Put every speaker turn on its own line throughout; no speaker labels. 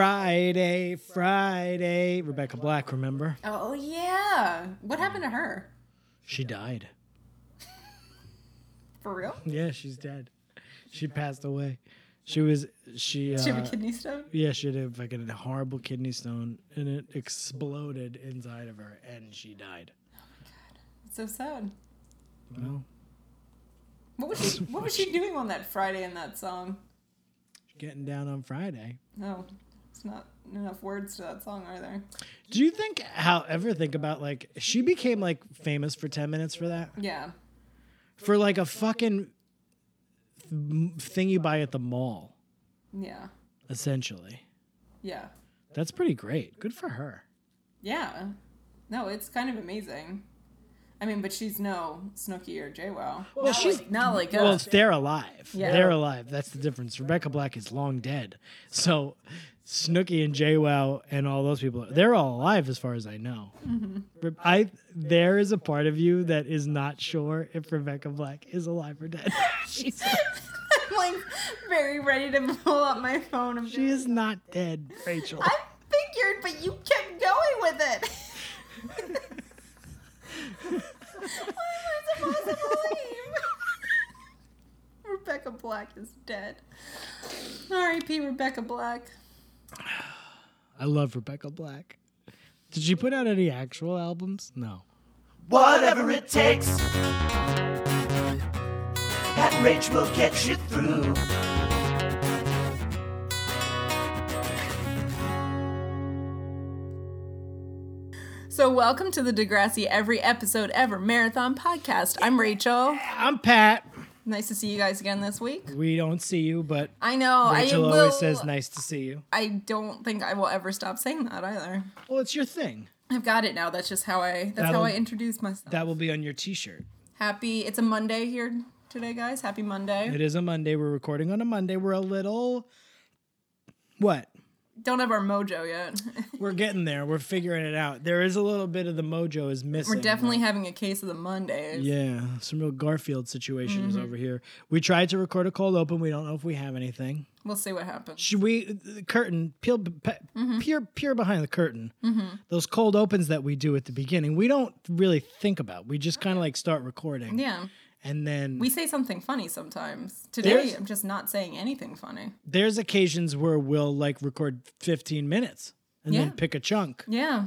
Friday, Friday. Rebecca Black, remember?
Oh yeah. What happened to her?
She died.
For real?
Yeah, she's dead. She passed away. She was she. Uh,
She had a kidney stone.
yeah, she had a fucking horrible kidney stone, and it exploded inside of her, and she died.
It's so sad.
Well,
What was she? What was she doing on that Friday in that song?
getting down on Friday.
No, it's not enough words to that song, are there?
Do you think, however, think about like she became like famous for ten minutes for that
Yeah.
for like a fucking th- thing you buy at the mall,
Yeah.
essentially.
Yeah.
That's pretty great. Good for her.
Yeah. No, it's kind of amazing. I mean, but she's no Snooki or JWoww. Well, not
she's-
like, not like
Well,
us.
they're alive.
Yeah.
They're alive. That's the difference. Rebecca Black is long dead. So Snooki and JWoww and all those people, they're all alive as far as I know.
Mm-hmm.
Re- I there is a part of you that is not sure if Rebecca Black is alive or dead. She's
I'm like very ready to pull up my phone. And be
she
like,
is not dead, Rachel.
I figured, but you kept going with it. Why am I supposed to believe? Rebecca Black is dead. R.I.P. Rebecca Black.
I love Rebecca Black. Did she put out any actual albums? No.
Whatever it takes. That rage will get you through.
So, welcome to the Degrassi Every Episode Ever Marathon Podcast. I'm Rachel.
I'm Pat.
Nice to see you guys again this week.
We don't see you, but
I know.
Rachel
I will,
always says nice to see you.
I don't think I will ever stop saying that either.
Well, it's your thing.
I've got it now. That's just how I. That's
That'll-
how I introduce myself.
That will be on your t-shirt.
Happy. It's a Monday here today, guys. Happy Monday.
It is a Monday. We're recording on a Monday. We're a little what?
don't have our mojo yet.
We're getting there. We're figuring it out. There is a little bit of the mojo is missing.
We're definitely having a case of the Mondays.
yeah, some real Garfield situations
Mm-hmm.
over here. We tried to record a cold open. We don't know if we have anything.
We'll see what happens.
Should we the curtain peel pe-
Mm-hmm.
peer peer behind the curtain? Those cold opens that we do at the beginning, we don't really think about. We just kind of like start recording,
Yeah.
and then
We say something funny sometimes. Today,
There's-
I'm just not saying anything funny.
there's occasions where we'll like record 15 minutes and
Yeah.
then pick a chunk.
Yeah.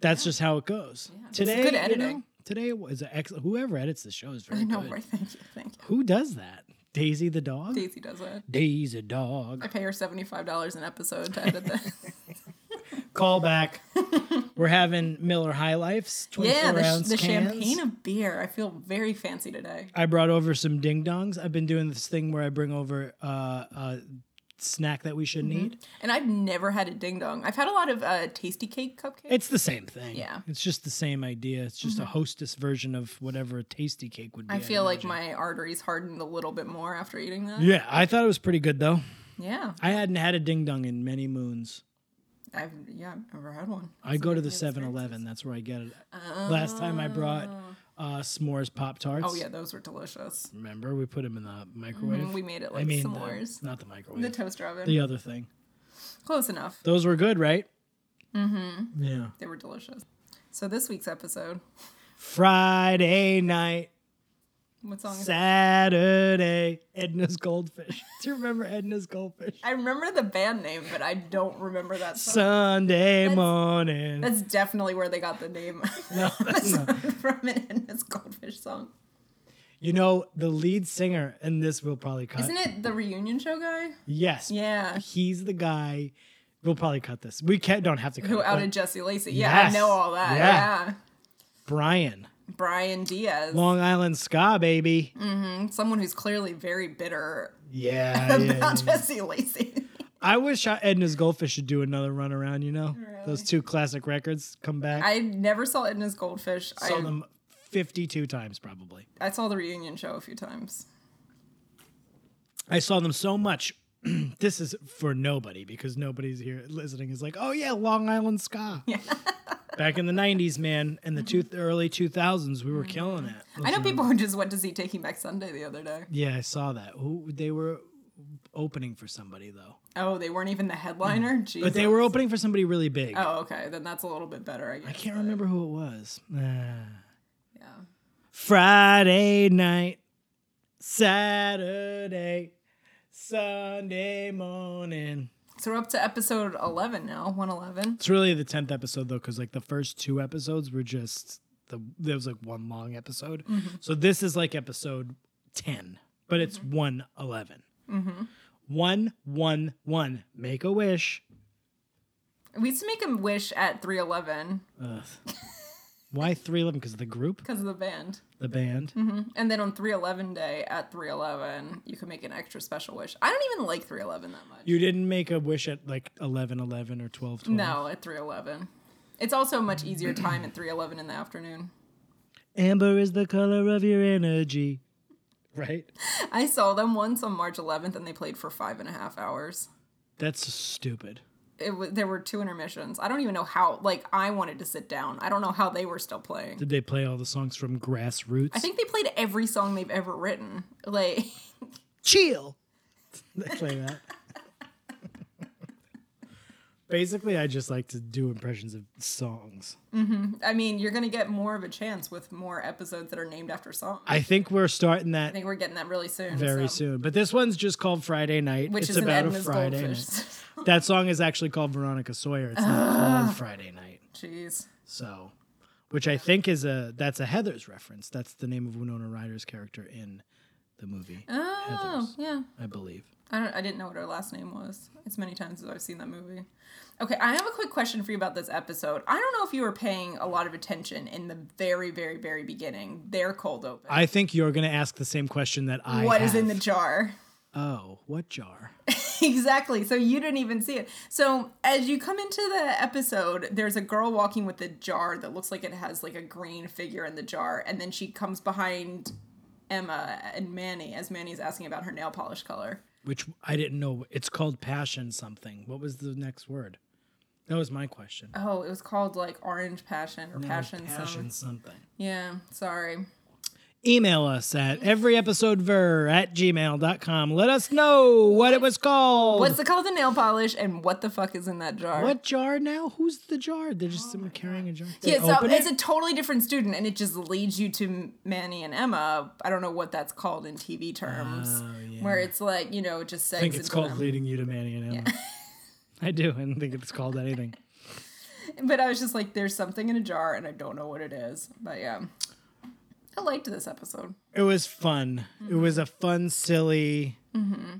That's just how it goes. Today,
good
you
editing.
know, today was excellent. Whoever edits the show is very
I know,
good.
right? Thank you. Thank you.
Who does that? Daisy the dog.
Daisy does it.
Daisy dog.
I pay her $75 an episode to edit this.
Call back. We're having Miller High Lifes. 24
yeah, the, sh-
ounce
the
cans.
champagne of beer. I feel very fancy today.
I brought over some ding dongs. I've been doing this thing where I bring over uh, a snack that we shouldn't eat.
And I've never had a ding dong. I've had a lot of uh, tasty cake cupcakes.
It's the same thing.
Yeah. Mm-hmm.
It's just the same idea. It's just a hostess version of whatever a tasty cake would be.
I feel like
imagine.
my arteries hardened a little bit more after eating that.
Yeah, I thought it was pretty good though.
Yeah.
I hadn't had a ding dong in many moons.
I've yeah, I've never had one.
I go to the 7 Eleven. That's where I get it. Last time I brought uh, s'mores Pop Tarts.
Oh yeah, those were delicious.
Remember, we put them in the microwave?
We made it like
I mean, the-
s'mores.
not the
The
microwave.
toaster oven.
The other thing.
Close enough.
Those were good, right? Mm-hmm. Yeah.
They were delicious. So this week's episode,
Friday night,
what song is it?
Saturday, Edna's Goldfish. Do you remember Edna's Goldfish?
I remember the band name, but I don't remember that song.
Sunday morning.
that's definitely where they got the name
no, that's not.
from an Ennis Goldfish song.
You know, the lead singer, and this will probably cut.
Isn't it the reunion show guy?
Yes.
Yeah.
He's the guy. We'll probably cut this. We can't, don't have to cut
Who
it, but
outed Jesse Lacey. Yeah,
Yes.
I know all that.
Yeah.
Yeah.
Brian.
Brian Diaz.
Long Island Ska, baby.
Mm. someone who's clearly very bitter
Yeah. yeah, yeah.
about Jesse Lacey.
I wish I, Edna's Goldfish should do another run around, you know? Those two classic records come back. I
I never saw Edna's Goldfish.
saw
I,
them 52 times, probably.
I saw the reunion show a few times.
I saw them so much. this is for nobody because nobody's here listening is like, oh, yeah, Long Island Ska. back in the 90s, man, and the
Mm-hmm.
two, early 2000s, we were killing it.
I know people who just went to see Taking Back Sunday the other day.
Yeah, I saw that. Who they were? opening for somebody though.
Oh, they weren't even the headliner. Jesus.
But they were opening for somebody really big.
Oh, okay. Then that's a little bit better. I guess.
I can't remember who it was. Ah.
Yeah.
Friday night, Saturday, Sunday morning.
So we're up to episode eleven now. One eleven.
It's really the tenth episode though, because like the first two episodes were just the there was like one long episode. So this is like episode ten, but it's one eleven. One one one. Make a wish.
We used to make a wish at three eleven
Ugh. Why three eleven? Because of the group,
because of the band.
the band.
And then on 311 day at 311, you can make an extra special wish. I don't even like 311 that much.
You didn't make a wish at like eleven eleven or twelve twelve.
no, at 311. It's also a much easier time at 311 in the afternoon.
Amber is the color of your energy. Right.
I saw them once on March 11th and they played for five and a half hours.
That's stupid.
It was, there were two intermissions. I don't even know how, like, I wanted to sit down. I don't know how they were still playing.
Did they play all the songs from Grassroots?
I think they played every song they've ever written. Like,
chill. They play that. Basically, I just like to do impressions of songs.
I mean, you're going to get more of a chance with more episodes that are named after songs. I
I think we're starting that
think we're getting that really soon.
very
so-
soon, but this one's just called Friday Night.
Which
it's
is
about
an
a
Edna's
Friday
goldfish.
night. That song is actually called Veronica Sawyer. It's not called Friday Night.
Jeez.
So, which I think is a that's a Heather's reference. That's the name of Winona Ryder's character in the movie,
Oh,
Heathers.
yeah.
I believe.
I, don't, I didn't know what her last name was. As many times as I've seen that movie. Okay, I have a quick question for you about this episode. I don't know if you were paying a lot of attention in the very, very, very beginning. Their cold open.
I think you're going to ask the same question that I
What is in the
have.
jar?
Oh, what jar?
exactly. So you didn't even see it. So as you come into the episode, there's a girl walking with a jar that looks like it has like a green figure in the jar, and then she comes behind Emma and Manny as Manny's asking about her nail polish color.
Which I didn't know. It's called passion something. What was the next word? That was my question.
Oh, it was called like Orange Passion or Passion. some-
passion something.
Yeah, sorry.
Email us at everyepisodever at gmail.com. Let us know what it was called.
What's the color of the nail polish and what the fuck is in that jar?
what jar now? Who's the jar? They're just someone carrying a jar. They
Oh Yeah, so
open
it's
it?
a totally different student, and it just leads you to Manny and Emma. I don't know what that's called in TV terms,
Ah, Oh,
where it's like you know, it just segs
I think it's
into
called
them.
leading you to Manny and Emma. I do. I don't think it's called anything.
But I was just like, there's something in a jar, and I don't know what it is. But yeah, I liked this episode.
It was fun. It was a fun, silly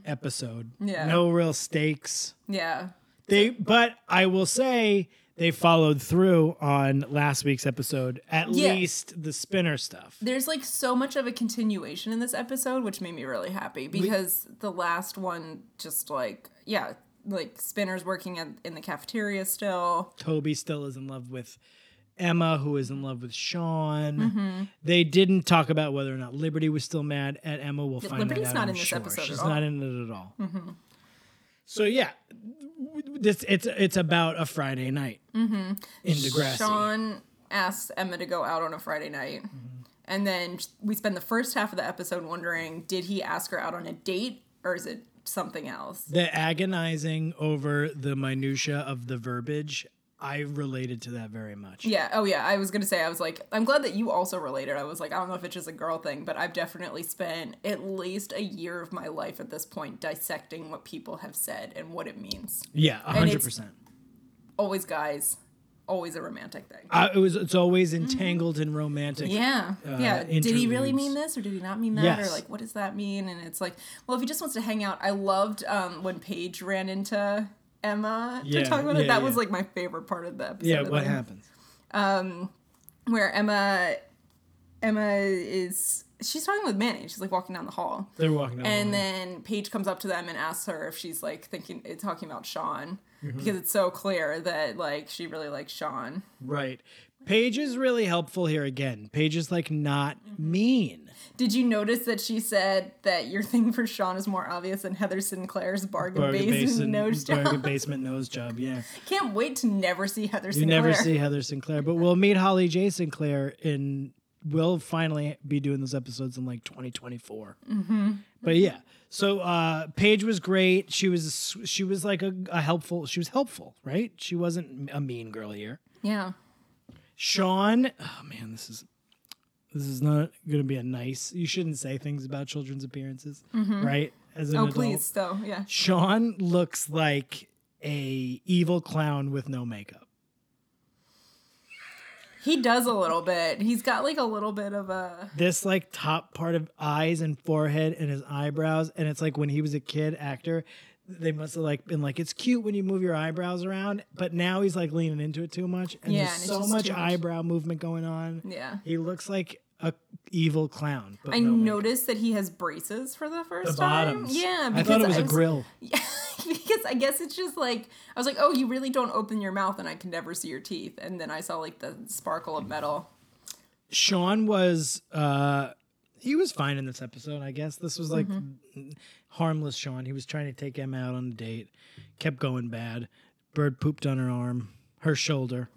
episode.
Yeah.
No real stakes.
Yeah,
They, but I will say they followed through on last week's episode. At
Yeah.
least the spinner stuff.
there's like so much of a continuation in this episode, which made me really happy because the last one just like yeah, like Spinner's working at, in the cafeteria still.
Toby still is in love with Emma, who is in love with Sean.
Mm-hmm.
They didn't talk about whether or not Liberty was still mad at Emma. We'll find that
Liberty's
out.
not
I'm
in this
sure.
episode at
She's
all. Mm-hmm.
not in it at all. So yeah, this it's it's about a Friday night in Degrassi.
Mm-hmm. Sean asks Emma to go out on a Friday night. And then we spend the first half of the episode wondering did he ask her out on a date or is it something else?
The agonizing over the minutia of the verbiage. I related to that very much.
Yeah. Oh, yeah. I was going to say, I was like, I'm glad that you also related. I was like, I don't know if it's just a girl thing, but I've definitely spent at least a year of my life at this point dissecting what people have said and what it means.
Yeah,
And it's-
hundred percent.
Always guys, always a romantic thing.
It was. It's always entangled in romantic.
Mm-hmm. Yeah. yeah. Did he
Uh,
really
interludes.
mean this or did he not mean that? Or
Yes.
like what does that mean? And it's like, well, if he just wants to hang out, I loved um when Paige ran into Emma
Yeah,
to talk about
yeah,
it. That was
yeah.
like my favorite part of the episode.
Yeah.
of
What
them,
happens?
Where Emma Emma is she's talking with Manny. She's like walking down the hall.
They're walking down. the
And
hall.
then Paige comes up to them and asks her if she's like thinking talking about Sean.
Mm-hmm.
Because it's so clear that like she really likes Sean.
Right. Paige is really helpful here again. Paige is like not
Mm-hmm.
mean.
Did you notice that she said that your thing for Sean is more obvious than Heather Sinclair's bargain,
Bargain
base
basin,
nose
bargain
job?
basement nose job. Yeah,
Can't wait to never see Heather
you
Sinclair.
never see Heather Sinclair, but we'll meet Holly J Sinclair in will finally be doing those episodes in like 2024.
Mm-hmm.
But yeah, so uh, Paige was great. She was she was like a, a helpful. She was helpful, right? She wasn't a mean girl here.
Yeah.
Sean, oh man, this is this is not going to be a nice. You shouldn't say things about children's appearances, right? As an
Oh,
adult.
please, though. Yeah.
Sean looks like a evil clown with no makeup.
He does a little bit. He's got like a little bit of a.
This like top part of eyes and forehead and his eyebrows, and it's like when he was a kid actor, they must have like been like, it's cute when you move your eyebrows around, but now he's like leaning into it too much, and
Yeah,
there's
and it's
so
just
much
too much.
eyebrow movement going on.
Yeah.
He looks like a evil clown. But
I
no makeup.
noticed that he has braces for the first
the
time.
bottoms.
Yeah,
I thought it was
a
a grill.
because I guess it's just like I was like, oh, you really don't open your mouth, and I can never see your teeth. And then I saw like the sparkle of metal.
Sean was uh he was fine in this episode, I guess. This was like
Mm-hmm.
harmless Sean. He was trying to take Emma out on a date. Kept going bad. Bird pooped on her arm, her shoulder.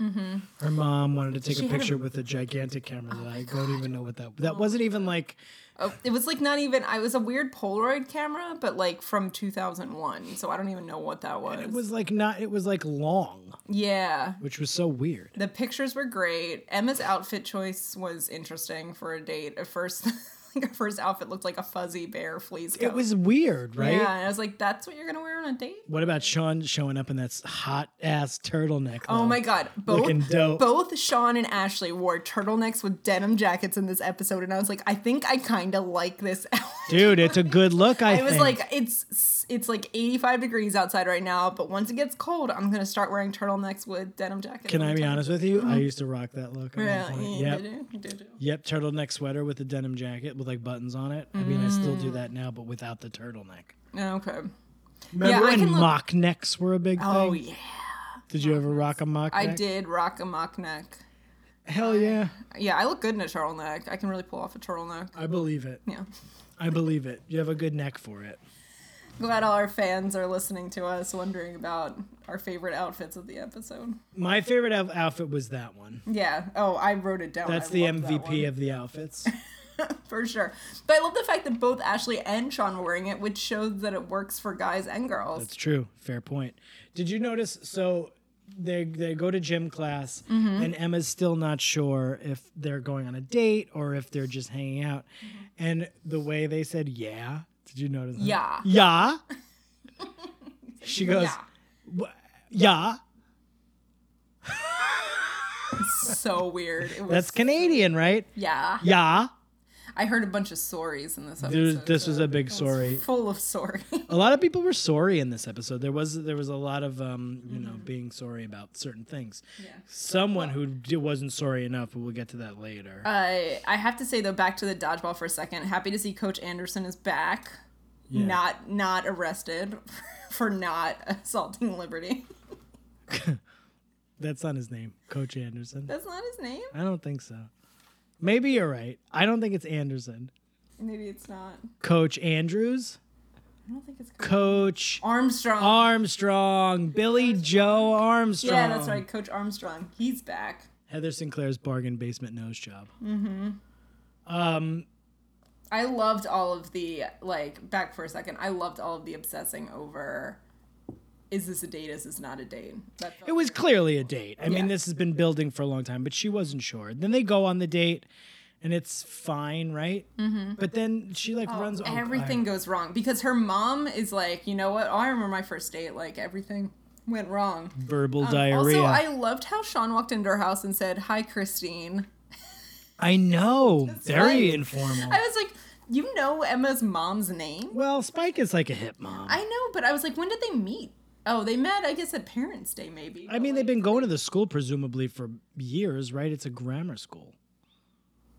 Her mom wanted to take a
Mm-hmm. had a-
picture with a gigantic camera that I don't even know what that that wasn't even like
Oh, it was like not even. I was a weird Polaroid camera, but like from 2001, so I don't even know what that was.
it was like not it was like long,
yeah.
which was so weird.
The pictures were great. Emma's outfit choice was interesting for a date. At first, like her first outfit looked like a fuzzy bear fleece coat.
It was weird, right?
Yeah, and I was like, "That's what you're gonna wear on a date?"
What about Sean showing up in that hot ass turtleneck?
Oh
though?
my god,
Looking
both
dope.
both Sean and Ashley wore turtlenecks with denim jackets in this episode, and I was like, I think I kind of like this.
Dude, it's a good look, I
I was
think.
like, it's it's like 85 degrees outside right now, but once it gets cold, I'm gonna start wearing turtlenecks with denim jackets.
Can
all
I
the
be
time.
honest with you? I used to rock that look. at one
Really?
point.
Yeah,
Yep.
did you? Did you?
Yep. Turtleneck sweater with a denim jacket with like buttons on it. I mean, I still do that now, but without the turtleneck.
Okay.
Remember
I
when
can look-
mock necks were a big
Oh
thing?
yeah,
Did you ever rock a mock
I
neck?
did rock a mock neck.
Hell yeah.
Yeah, I look good in a turtleneck. I can really pull off a turtleneck.
I believe it.
Yeah.
I believe it. You have a good neck for it.
Glad all our fans are listening to us, wondering about our favorite outfits of the episode.
My favorite out- outfit was that one.
Yeah. Oh, I wrote it down.
That's
I
the
love that
MVP
one.
of the outfits.
for sure. But I love the fact that both Ashley and Sean were wearing it, which shows that it works for guys and girls.
That's true. Fair point. Did you notice? So they they go to gym class, and Emma's still not sure if they're going on a date or if they're just hanging out. And the way they said "yeah," did you notice? that?
Yeah.
Mm-hmm. yeah. she goes,
Yeah.
"Wha- yeah.
so weird. It was,
That's Canadian, right?
yeah.
Yeah.
I heard a bunch of sorries in this
There's,
episode.
this was a big sorry.
full of sorry.
A lot of people were sorry in this episode. There was there was a lot of um, you know being sorry about certain things. Someone who d- wasn't sorry enough, but we'll get to that later.
I I have to say though, back to the dodgeball for a second. Happy to see Coach Anderson is back,
Yeah.
not not arrested for not assaulting Liberty.
That's not his name, Coach Anderson.
That's not his name.
I don't think so. Maybe you're right. I don't think it's Anderson.
Maybe it's not.
Coach Andrews,
I don't think it's Coach
Coach
Armstrong.
Armstrong, Billy Joe Armstrong.
yeah, that's right. Coach Armstrong. He's back.
Heather Sinclair's bargain basement nose job.
I loved all of the like back for a second. I loved all of the obsessing over is this a date? Is this not a date? That felt-
It was clearly a date. I mean,
Yeah.
this has been building for a long time, but she wasn't sure. Then they go on the date, and it's fine, right? Mm-hmm. But then she like runs oh, I-
everything goes wrong because her mom is like, you know what? Oh, I remember my first date. Like everything went wrong.
verbal diarrhea.
Um, Also, I loved how Sean walked into her house and said, "Hi, Christine."
I know, very
right.
informal.
I was like, you know Emma's mom's name?
well, Spike is like a hit mom.
I know, but I was like, when did they meet? Oh, they met, I guess, at Parents' Day, maybe.
I mean, they've been going to the school presumably for years, right? It's a grammar school.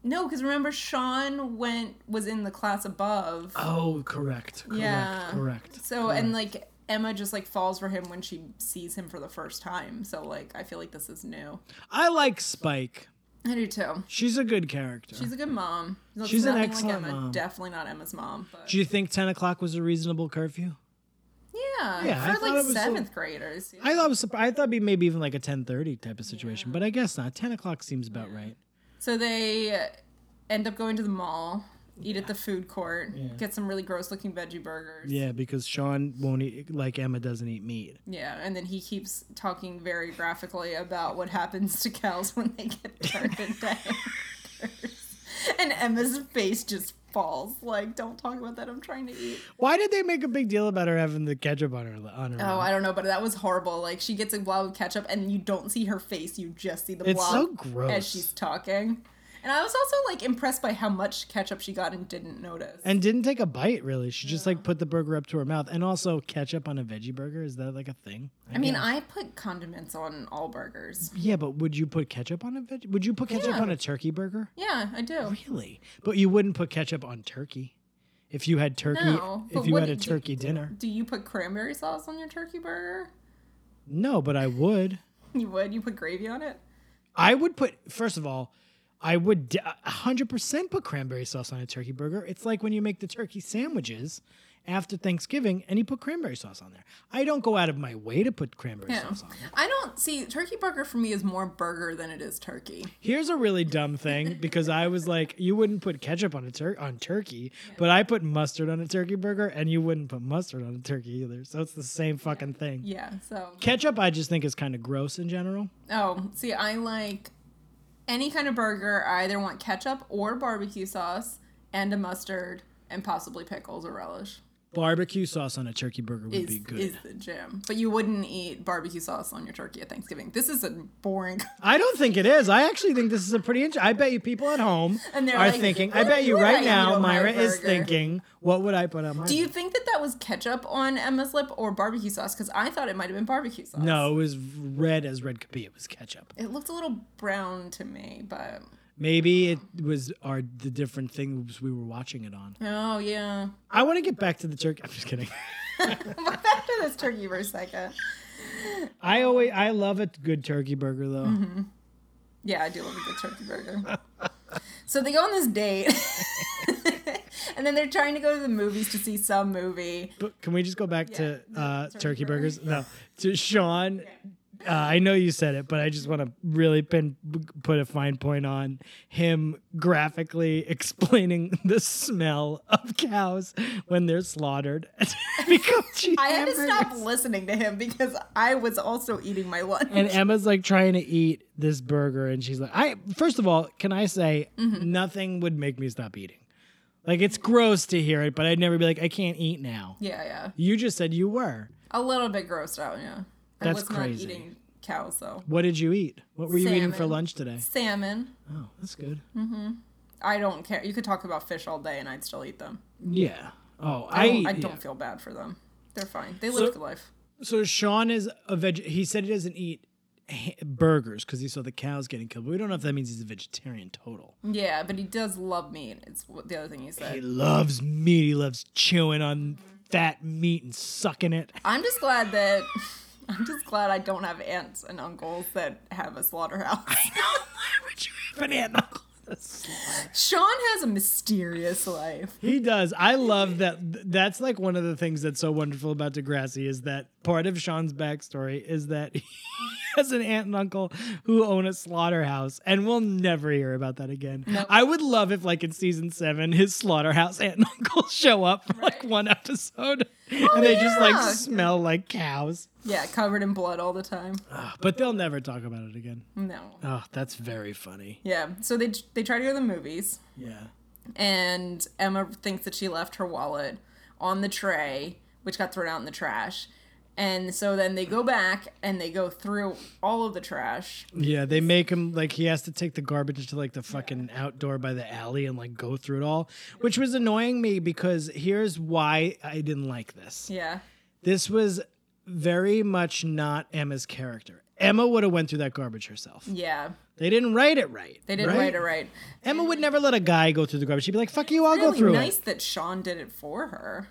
no, because remember, Sean went was in the class above.
Oh, correct. Correct.
Yeah.
Correct.
So and like Emma just like falls for him when she sees him for the first time. So like I feel like this is new.
I like Spike.
I do too.
She's a good character.
She's a good mom. Looks
She's an
nothing
excellent mom.
Definitely not Emma's mom. But
Do you think 10 o'clock was a reasonable curfew?
yeah,
Yeah, I
for
thought it
like
was a-
seventh graders.
I thought it was, surpri- I thought it'd be maybe even like a 10:30 type of situation, but I guess not. 10 o'clock seems about right.
So they end up going to the mall, eat at the food court, get some really gross looking veggie burgers.
Yeah, because Sean won't eat like Emma doesn't eat meat.
Yeah, and then he keeps talking very graphically about what happens to cows when they get turned into hamburgers. And Emma's face just falls. Like, don't talk about that. I'm trying to eat.
Why did they make a big deal about her having the ketchup on her on her?
Oh,
mouth?
I don't know, but that was horrible. Like, she gets a blob of ketchup, and you don't see her face. You just see the
It's so
blob
gross.
as she's talking. And I was also like impressed by how much ketchup she got and didn't notice.
and didn't take a bite really. She just like put the burger up to her mouth, and also ketchup on a veggie burger is that like a thing?
I mean,
guess.
I put condiments on all burgers.
yeah, but would you put ketchup on a veg? Would you put ketchup
Yeah.
on a turkey burger?
Yeah, I do.
Really? But you wouldn't put ketchup on turkey if you had turkey
No,
if
but
you
what
had a
do-
turkey dinner.
Do you put cranberry sauce on your turkey burger?
No, but I would.
You would? You put gravy on it?
I would put first of all, I would d- 100% put cranberry sauce on a turkey burger. It's like when you make the turkey sandwiches after Thanksgiving and you put cranberry sauce on there. I don't go out of my way to put cranberry
Yeah.
sauce on there.
I don't see turkey burger for me is more burger than it is turkey.
Here's a really dumb thing because I was like, you wouldn't put ketchup on a tur- on turkey, but I put mustard on a turkey burger, and you wouldn't put mustard on a turkey either. So it's the same fucking thing.
Yeah, so
Ketchup, I just think is kind of gross in general.
oh, see, I like any kind of burger. I either want ketchup or barbecue sauce and a mustard and possibly pickles or relish.
Barbecue sauce on a turkey burger would
Is,
be good.
is the jam. But you wouldn't eat barbecue sauce on your turkey at Thanksgiving. This is a boring
I don't think it is. I actually think this is a pretty interesting. I bet you people at home
And they're
are
like,
thinking. I
"What
bet you
would I
right
eat
now,
on my
Myra is
burger?"
thinking, what would I put on my?
Do you think that that was ketchup on Emma's lip or barbecue sauce? Because I thought it might have been barbecue sauce.
no, it was red as red could be. It was ketchup.
It looked a little brown to me, but.
Maybe it was our the different things we were watching it on.
Oh, yeah.
I want to get back to the turkey. I'm just kidding.
Back to this turkey for a second.
I always I love a good turkey burger though.
Mm-hmm. Yeah, I do love a good turkey burger. so they go on this date. and then they're trying to go to the movies to see some movie.
But can we just go back to
Yeah,
uh,
turkey
turkey,
burger.
burgers? No, to Sean. Uh, I know you said it, but I just want to really pin b- put a fine point on him graphically explaining the smell of cows when they're slaughtered. because
I had to stop listening to him because I was also eating my lunch.
And Emma's like trying to eat this burger, and she's like, "I first of all, can I say
Mm-hmm.
nothing would make me stop eating? Like it's gross to hear it, but I'd never be like, I can't eat now.
yeah, yeah.
You just said you were.
A little bit grossed out, yeah. I
That's
was
crazy.
not eating cows, though.
What did you eat? What were you eating for
Salmon.
lunch today?
Salmon.
Oh, that's good.
I don't care. You could talk about fish all day and I'd still eat them.
Yeah. Oh, I,
Mm-hmm. I don't, I
yeah.
don't feel bad for them. They're fine. They live a good life.
So Sean is a veg. He said he doesn't eat ha- burgers because he saw the cows getting killed. But we don't know if that means he's a vegetarian total.
Yeah, but he does love meat. It's what- the other thing he
He
said.
loves meat. He loves chewing on fat meat and sucking it.
I'm just glad that I'm just glad I don't have aunts and uncles that have a slaughterhouse. Sean has a mysterious life.
He does. I love that. That's like one of the things that's so wonderful about Degrassi is that part of Sean's backstory is that he has an aunt and uncle who own a slaughterhouse, and we'll never hear about that again. I would love if, like in season seven, his slaughterhouse aunt and uncle show up for like one episode, and they just like
yeah.
smell like cows.
Yeah, covered in blood all the time.
But they'll never talk about it again.
No.
Oh, that's very funny.
Yeah. So they they try to go to the movies.
Yeah.
and Emma thinks that she left her wallet on the tray, which got thrown out in the trash. And so then they go back and they go through all of the trash.
Yeah, they make him like he has to take the garbage to like the fucking outdoor by the alley and like go through it all, which was annoying me because here's why I didn't like this.
Yeah.
This was very much not Emma's character. Emma would have went through that garbage herself.
Yeah.
They didn't write it right.
They didn't write it right.
Emma would never let a guy go through the garbage. She'd be like, "Fuck you, I'll go
Really
through
nice
it."
that Sean did it for her.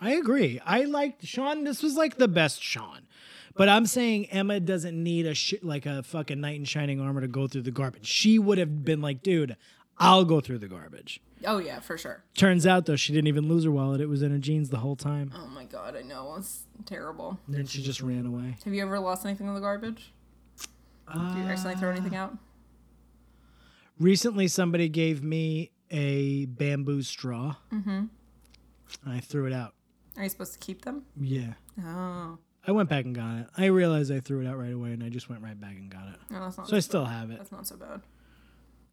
I agree. I liked Sean. This was like the best Sean. But I'm saying Emma doesn't need a sh- like a fucking knight in shining armor to go through the garbage. She would have been like, dude, I'll go through the garbage.
Oh yeah, for sure.
Turns out though, she didn't even lose her wallet. It was in her jeans the whole time.
Oh my god, I know it's terrible.
And then she just ran away.
Have you
Uh.
ever lost anything in the garbage? Do you accidentally throw anything out?
Recently, somebody gave me a bamboo straw. And I threw it out.
Are you supposed to keep them?
Yeah.
Oh,
I went back and got it. I realized I threw it out right away and I just went right back and got it.
no, that's not.
So I still have it.
that's not so bad.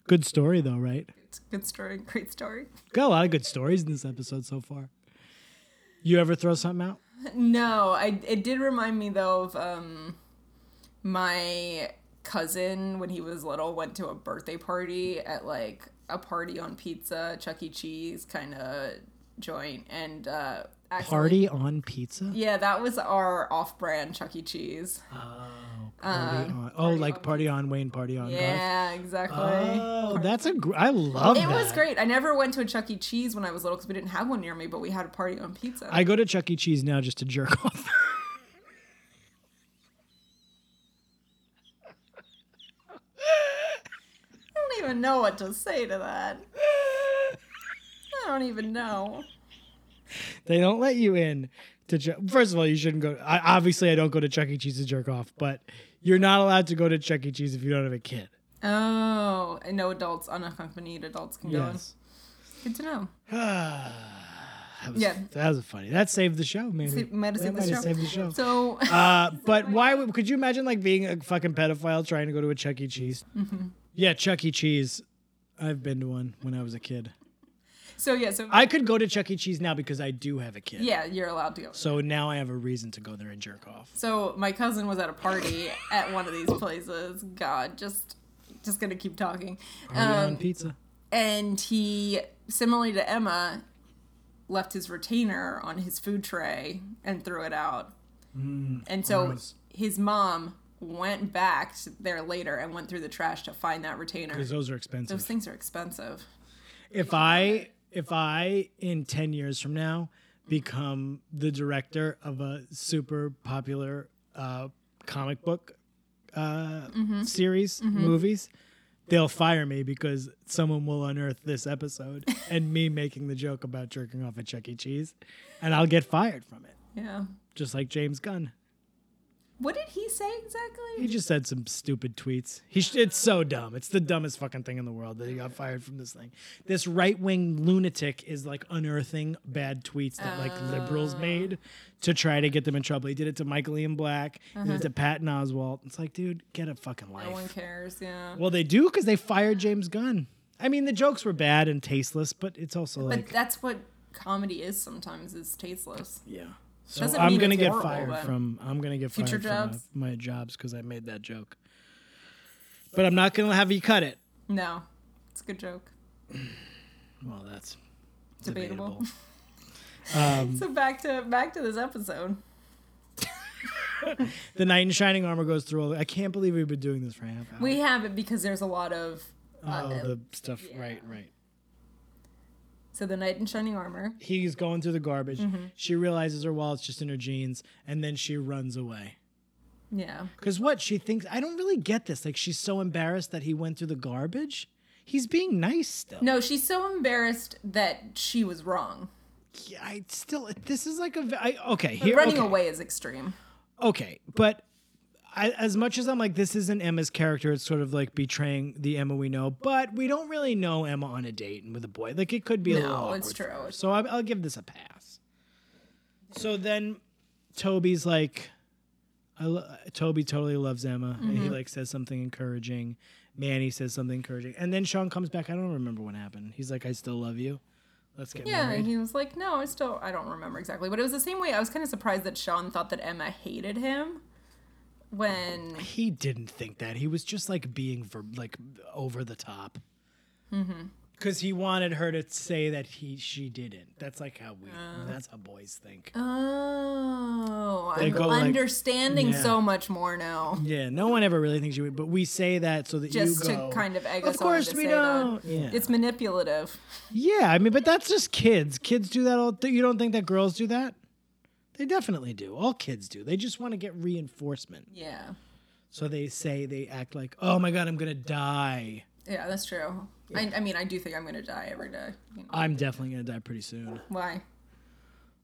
Good story, though, right?
It's a good story. Great story.
Got a lot of good stories in this episode so far. You ever throw something out?
No, I it did remind me though of um my cousin when he was little went to a birthday party at like a party on pizza, Chuck E. Cheese kind of joint, and uh, accidentally-
Party on pizza?
Yeah, that was our off-brand Chuck E. Cheese.
Party
Um,
on- oh, like party on Wayne, party on. Garth.
yeah, exactly.
Oh, that's a. Gr- I love
it
that.
was great. I never went to a Chuck E. Cheese when I was little because we didn't have one near me, but we had a party on pizza.
I go to Chuck E. Cheese now just to jerk off.
I don't even know what to say to that. I don't even know.
they don't let you in to. Ju- First of all, you shouldn't go. I, obviously, I don't go to Chuck E. Cheese to jerk off, but you're not allowed to go to Chuck E. Cheese if you don't have a kid.
Oh, and no adults, unaccompanied adults can go in.
Yes.
Good to know.
That was,
Yeah.
That was funny. That saved the show, maybe.
It might have
That
saved
might
the
have
show.
saved the show.
So,
Uh, but why would, could you imagine like being a fucking pedophile trying to go to a Chuck E. Cheese?
Mm-hmm.
Yeah, Chuck E. Cheese. I've been to one when I was a kid.
so yeah, so
I could go to Chuck E. Cheese now because I do have a kid.
yeah, you're allowed to go.
So now I have a reason to go there and jerk off.
So my cousin was at a party at one of these places. God, just just gonna keep talking.
Party
Um,
on pizza.
and he, similarly to Emma, left his retainer on his food tray and threw it out. and so
Mm, gross.
his mom went back there later and went through the trash to find that retainer.
Because those are expensive.
Those things are expensive.
if I if I in ten years from now become the director of a super popular uh, comic book uh, series movies, they'll fire me because someone will unearth this episode and me making the joke about jerking off at Chuck E. Cheese, and I'll get fired from it,
Yeah.
just like James Gunn.
What did he say
He
exactly?
just said some stupid tweets. He sh- it's so dumb. It's the dumbest fucking thing in the world that he got fired from this thing. This right wing lunatic is like unearthing bad tweets that like
Oh.
liberals made to try to get them in trouble. He did it to Michael Ian Black. He did it to Patton Oswalt. It's like, dude, get a fucking
Uh-huh. No one
life.
cares. Yeah.
Well, they do because they fired James Gunn. I mean, the jokes were bad and tasteless, but it's also
But
like,
that's what comedy is sometimes. It's tasteless.
yeah. So
Doesn't
I'm
mean
gonna
it's
get
horrible,
fired
but-
from. I'm gonna get fired
Future
from uh,
jobs?
my jobs because I made that joke. But I'm not gonna have you cut it.
No, it's a good joke.
Well, that's Um,
Debatable.
debatable.
So back to back to this episode.
the knight in shining armor goes through all. The, I can't believe we've been doing this for half hour.
We have it because there's a lot of. uh,
oh, the stuff. Right, right.
So the knight in shining armor.
He's going through the garbage.
Mm-hmm.
She realizes her wallet's just in her jeans, and then she runs away.
Yeah.
Because what she thinks, I don't really get this. Like she's so embarrassed that he went through the garbage. He's being nice still.
No, she's so embarrassed that she was wrong.
Yeah, I still. This is like a. v- I, okay, here.
Running
okay.
away is extreme.
okay, but I, as much as I'm like, this isn't Emma's character, it's sort of like betraying the Emma we know, but we don't really know Emma on a date and with a boy. Like, it could be a
No,
little awkward
it's
for
true,
her.
it's
So I, I'll give this a pass. So then Toby's like, I lo- Toby totally loves Emma, and
Mm-hmm.
he like says something encouraging. Manny says something encouraging, and then Sean comes back. I don't remember what happened. He's like, "I still love you. Let's get
Yeah,
married."
he was like, no, I still, I don't remember exactly, but it was the same way. I was kind of surprised that Sean thought that Emma hated him when
He didn't think that. He was just like being ver- like over the top.
Mm-hmm.
Because he wanted her to say that he she didn't. That's like how we. that's how boys think.
Oh,
They
I'm
go like-
understanding
Yeah.
so much more now.
yeah, no one ever really thinks you would, but we say that so that
Just
you
to
go.
kind of egg us
Of
on
course
to
we
say
don't.
That.
Yeah.
It's manipulative.
yeah, I mean, but that's just kids. Kids do that all. Th- you don't think that girls do that? They definitely do. All kids do. They just want to get reinforcement.
Yeah.
So they say they act like, "Oh my god, I'm gonna die.
Yeah, that's true. I, I mean, I do think I'm going to die every day. You know.
I'm definitely gonna die pretty soon."
Why?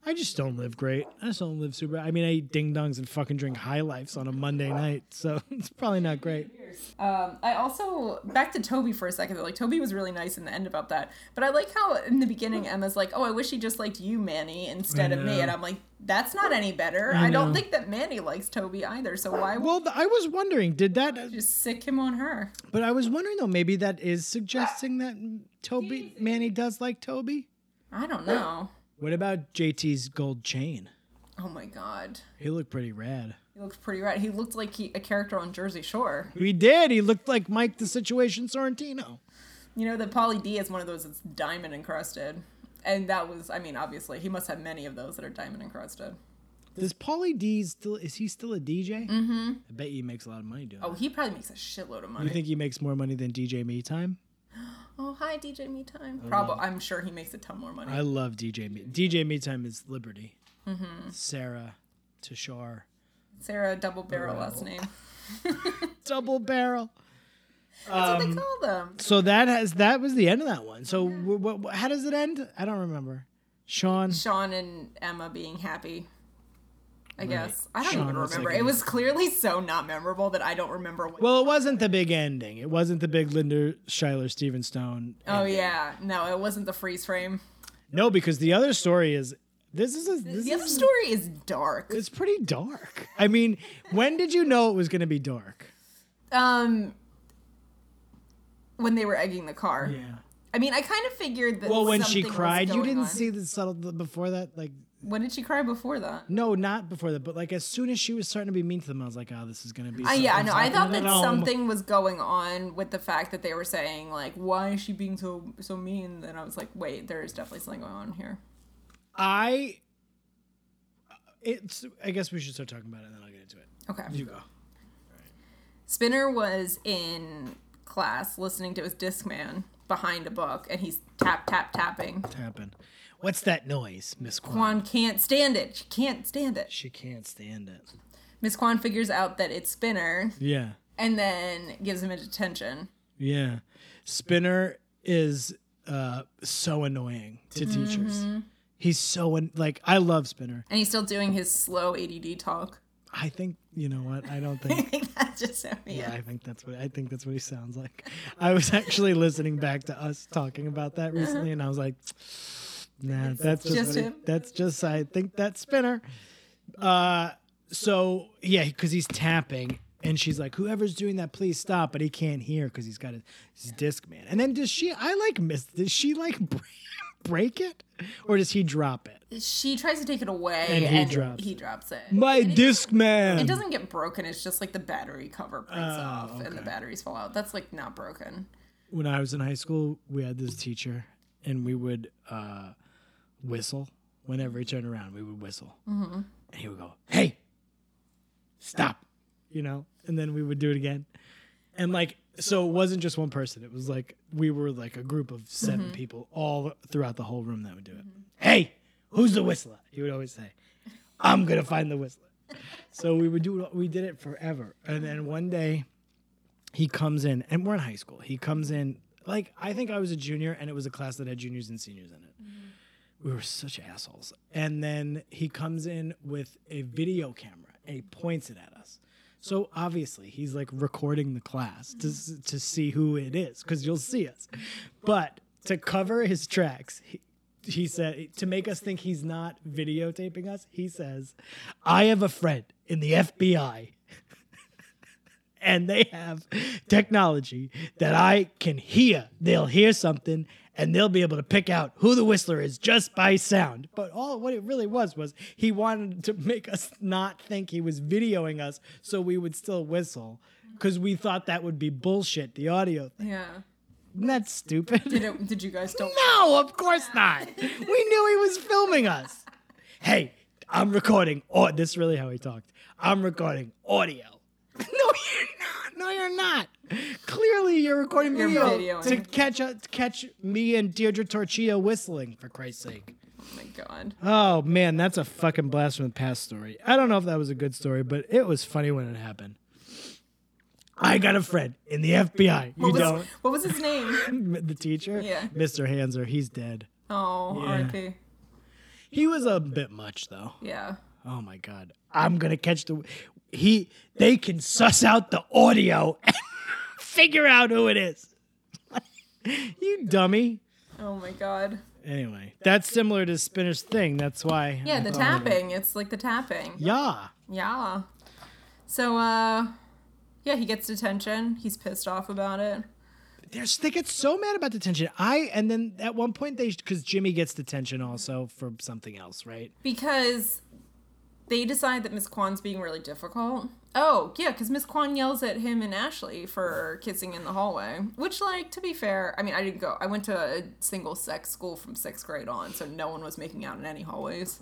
I just don't live great. I just don't live super. I mean, I eat ding dongs and fucking drink high lifes on a Monday night, so it's probably not great.
Um, I also back to Toby for a second though. Like Toby was really nice in the end about that, but I like how in the beginning Emma's like, "Oh, I wish he just liked you, Manny, instead
I
of me,"
know.
and I'm like, "That's not any better."
I
I, don't
know.
think that Manny likes Toby either, so why would
Well, th- I was wondering, did that?
you just sick him on her?
But I was wondering though, maybe that is suggesting that Toby Manny does like Toby.
I don't know.
What about JT's gold chain?
Oh my god,
He looked pretty rad.
he looked pretty rad. He looked like he, a character on Jersey Shore.
He did. He looked like Mike the Situation Sorrentino.
You know, the Polly D is one of those that's diamond encrusted, and that was, I mean, obviously he must have many of those that are diamond encrusted.
Does Paulie D still is he still a DJ? Mm-hmm. I bet he makes a lot of money doing.
Oh,
Oh,
he probably makes a shitload of money.
you think he makes more money than DJ Me Time?
Oh, hi, DJ Me Time. Probably, I'm sure he makes a ton more money.
I love DJ Me. DJ Me Time is Liberty.
Mm-hmm.
Sarah, Tashar,
Sarah, double barrel last name.
double barrel.
That's
Um,
what they call them.
So that has that was the end of that one. So wh- wh- wh- how does it end? I don't remember. Sean.
Sean and Emma being happy. I guess I don't
Sean
even
looks like
remember.
an
it was clearly so not memorable that I don't remember. What-
Well, it wasn't the big ending. It wasn't the big Linda Schuyler Steven Stone.
oh yeah, no, it wasn't the freeze frame.
No, because the other story is this is a, this
The other
is
story is dark.
it's pretty dark. I mean, when did you know it was going to be dark?
Um, when they were egging the car.
Yeah.
I mean, I kind of figured that.
Well, when she
something was
cried, you
going
didn't
on.
see the subtle the- before that like
When did she cry before that?
no, not before that, but like as soon as she was starting to be mean to them, I was like, "Oh, this is gonna be."
Uh, yeah, no, I
something's
thought
happening
that
at home.
something was going on with the fact that they were saying like, "Why is she being so so mean?" And I was like, "Wait, there is definitely something going on here."
I. It's. I guess we should start talking about it, and then I'll get into it.
Okay.
You go.
Spinner was in class listening to his Discman behind a book, and he's tap tap tapping.
Happen. What's that noise, Miss Quan?
Quan can't stand it. She can't stand it.
She can't stand it.
Miss Quan figures out that it's Spinner,
Yeah.
and then gives him a detention.
Yeah. Spinner is uh so annoying to teachers.
Mm-hmm.
He's so an- like I love Spinner.
And he's still doing his slow ADD talk.
I think you know what? I don't
I
think
think that's just how he
yeah,
is.
I think that's what I think that's what he sounds like. I was actually listening back to us talking about that recently and I was like nah, that's just,
just
what he-
him.
that's just I think that's Spinner. Uh so yeah, cuz he's tapping and she's like whoever's doing that please stop but he can't hear cuz he's got his, his disc man. And then does she I like miss does she like break, break it or does he drop it?
She tries to take it away,
And
and
he
he,
drops
drops, he drops it.
My
And it-
disc man.
It doesn't get broken. It's just like the battery cover breaks
Oh,
off and the batteries fall out. That's like not broken.
when I was in high school, we had this teacher, and we would uh, whistle whenever he turned around. We would whistle, and he would go, "Hey, stop," you know, and then we would do it again, and like so, it wasn't just one person. It was like we were like a group of 7 people all throughout the whole room that would do it. Hey, who's the whistler? He would always say, "I'm gonna find the whistler." so we would do it. We did it forever, and then one day he comes in and we're in high school he comes in like i think i was a junior and it was a class that had juniors and seniors in it we were such assholes and then he comes in with a video camera and he points it at us so obviously he's like recording the class to, s- to see who it is because you'll see us but to cover his tracks he, he said to make us think he's not videotaping us he says i have a friend in the fbi and they have technology that I can hear. They'll hear something and they'll be able to pick out who the whistler is just by sound. But all what it really was was he wanted to make us not think he was videoing us so we would still whistle because we thought that would be bullshit, the audio thing.
Yeah.
Isn't that stupid?
Did, it, did you guys don't? oh
No, of course not. We knew he was filming us. Hey, I'm recording. Or this is really how he talked. I'm recording audio. No, you're not. No, you're not. Clearly, you're recording
You're
video
videoing.
to catch a, to catch me and Deirdre Torchia whistling. For Christ's sake.
Oh my god.
Oh man, that's a fucking blast from the past story. I don't know if that was a good story, but it was funny when it happened. I got a friend in the FBI. You
What was,
don't.
what was his name?
The teacher,
Yeah.
Mr. Hanser, he's dead.
Oh,
Yeah.
R.I.P.
He was a bit much though.
Yeah.
Oh my god. I'm gonna catch the he they can suss out the audio and figure out who it is. you dummy.
Oh my god.
Anyway. That's similar to Spinner's thing. That's why
Yeah, the tapping. It's like the tapping.
Yeah.
Yeah. So uh yeah, he gets detention. He's pissed off about it.
There's, they get so mad about detention. I and then at one point they because Jimmy gets detention also for something else, right?
Because they decide that Miss Kwan's being really difficult. Oh, yeah, because Miss Kwan yells at him and Ashley for kissing in the hallway. Which, like, to be fair, I mean, I didn't go. I went to a single sex school from sixth grade on, so no one was making out in any hallways.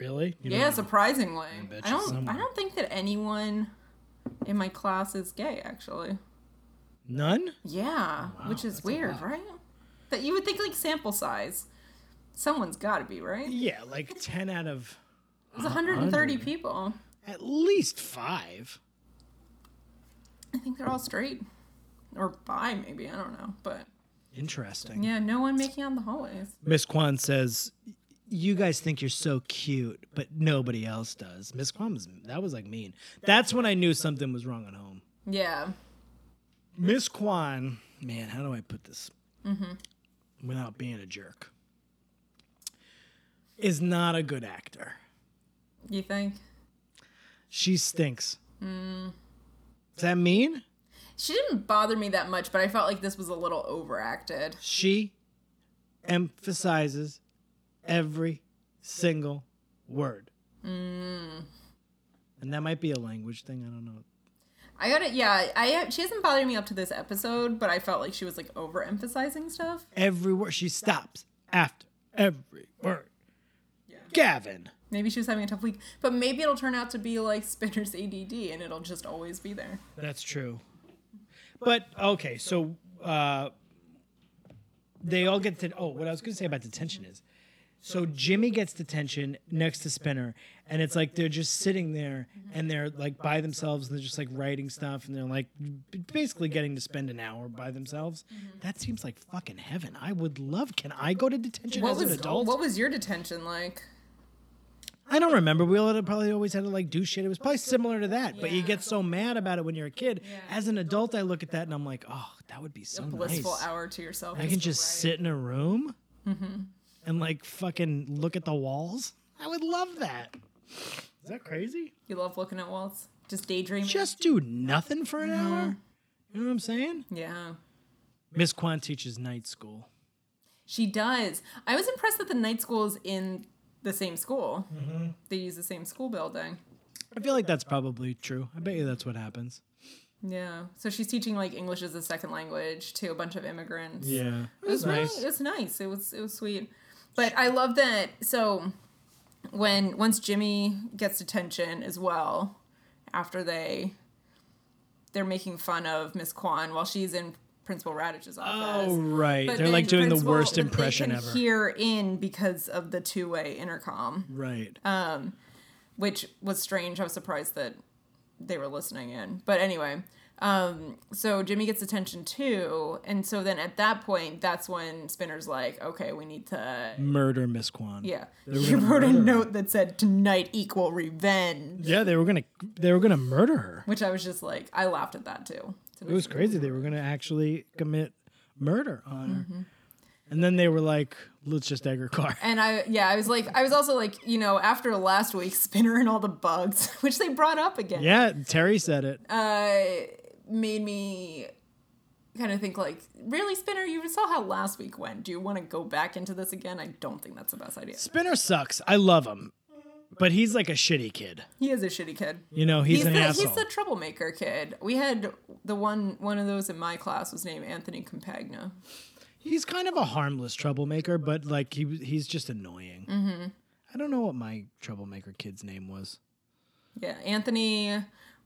Really? You don't
Yeah,
know.
surprisingly.
bet
I
you
don't.
someone-
I don't think that anyone in my class is gay. Actually.
None?
Yeah, which is weird, right? That you would think like sample size. Someone's got to be right. It
Yeah, like ten out of
was 130 people.
at least five.
I think they're all straight or bi, maybe I don't know, but
Interesting.
yeah, no one making out in the hallways.
Miss Kwan says, "You guys think you're so cute, but nobody else does." Miss Kwan was that was like mean. That's when I knew something was wrong at home.
Yeah,
Miss Kwan, man, how do I put this without being a jerk? Is not a good actor.
you think
She stinks. Does that mean
she didn't bother me that much, but I felt like this was a little overacted.
she emphasizes every single word? And that might be a language thing. I don't know.
I got it. Yeah, I she hasn't bothered me up to this episode, but I felt like she was like overemphasizing stuff.
Every word she stops after every word. Gavin.
Maybe she was having a tough week, but maybe it'll turn out to be like Spinner's ADD, and it'll just always be there.
That's true. But okay, so uh, they all get to. Oh, what I was going to say about detention is, so Jimmy gets detention next to Spinner, and it's like they're just sitting there and they're like by themselves and they're just like writing stuff and they're like b- basically getting to spend an hour by themselves.
Mm-hmm.
That seems like fucking heaven. I would love. Can I go to detention
What
as
was
an adult?
what was your detention like?
I don't remember. We all had- probably always had to like do shit. It was probably similar to that, but you get so mad about it when you're a kid. As an adult, I look at that and I'm like, oh, that would be so nice.
Blissful hour to yourself.
I can just sit in a room
Mm-hmm.
and like fucking look at the walls. I would love that. Is that crazy?
You love looking at walls, just daydreaming.
Just do nothing for an hour.
Mm-hmm.
You know what I'm saying?
yeah.
Miss Quan teaches night school.
She does. I was impressed that the night school is in the same school.
Mm-hmm.
They use the same school building.
I feel like that's probably true. I bet you that's what happens.
Yeah. So she's teaching like English as a second language to a bunch of immigrants.
Yeah,
It was nice. Really, it was nice. It was it was sweet. But I love that so when once Jimmy gets detention as well, after they they're making fun of Miss Kwan while she's in Principal Radich's office.
Oh right,
But
they're
then
like doing the
Principal-
worst
but they
impression
can
ever.
Hear in because of the two-way intercom,
right.
which was strange. I was surprised that they were listening in. But anyway, um, so Jimmy gets attention too, and so then at that point, that's when Spinner's like, "Okay, we need to."
murder Miss Kwan.
Yeah, he wrote a note that said "Tonight equal revenge,"
Yeah, they were gonna they were gonna murder her.
which I was just like, I laughed at that too.
It was crazy. They were gonna actually commit murder on her.
Mm-hmm.
And then they were like, let's just egg her car.
And I, yeah, I was like, I was also like, you know, after last week, Spinner and all the bugs, which they brought up again.
Yeah, Terry said it.
uh, made me kind of think like, really, Spinner, you saw how last week went. Do you want to go back into this again? I don't think that's the best idea.
Spinner sucks. I love him. But he's like a shitty kid.
He is a shitty kid.
You know, he's, an
the,
asshole.
he's the troublemaker kid. We had the one one of those in my class was named Anthony Compagna.
he's kind of a harmless troublemaker, but like he he's just annoying.
Mm-hmm.
I don't know what my troublemaker kid's name was.
Yeah, Anthony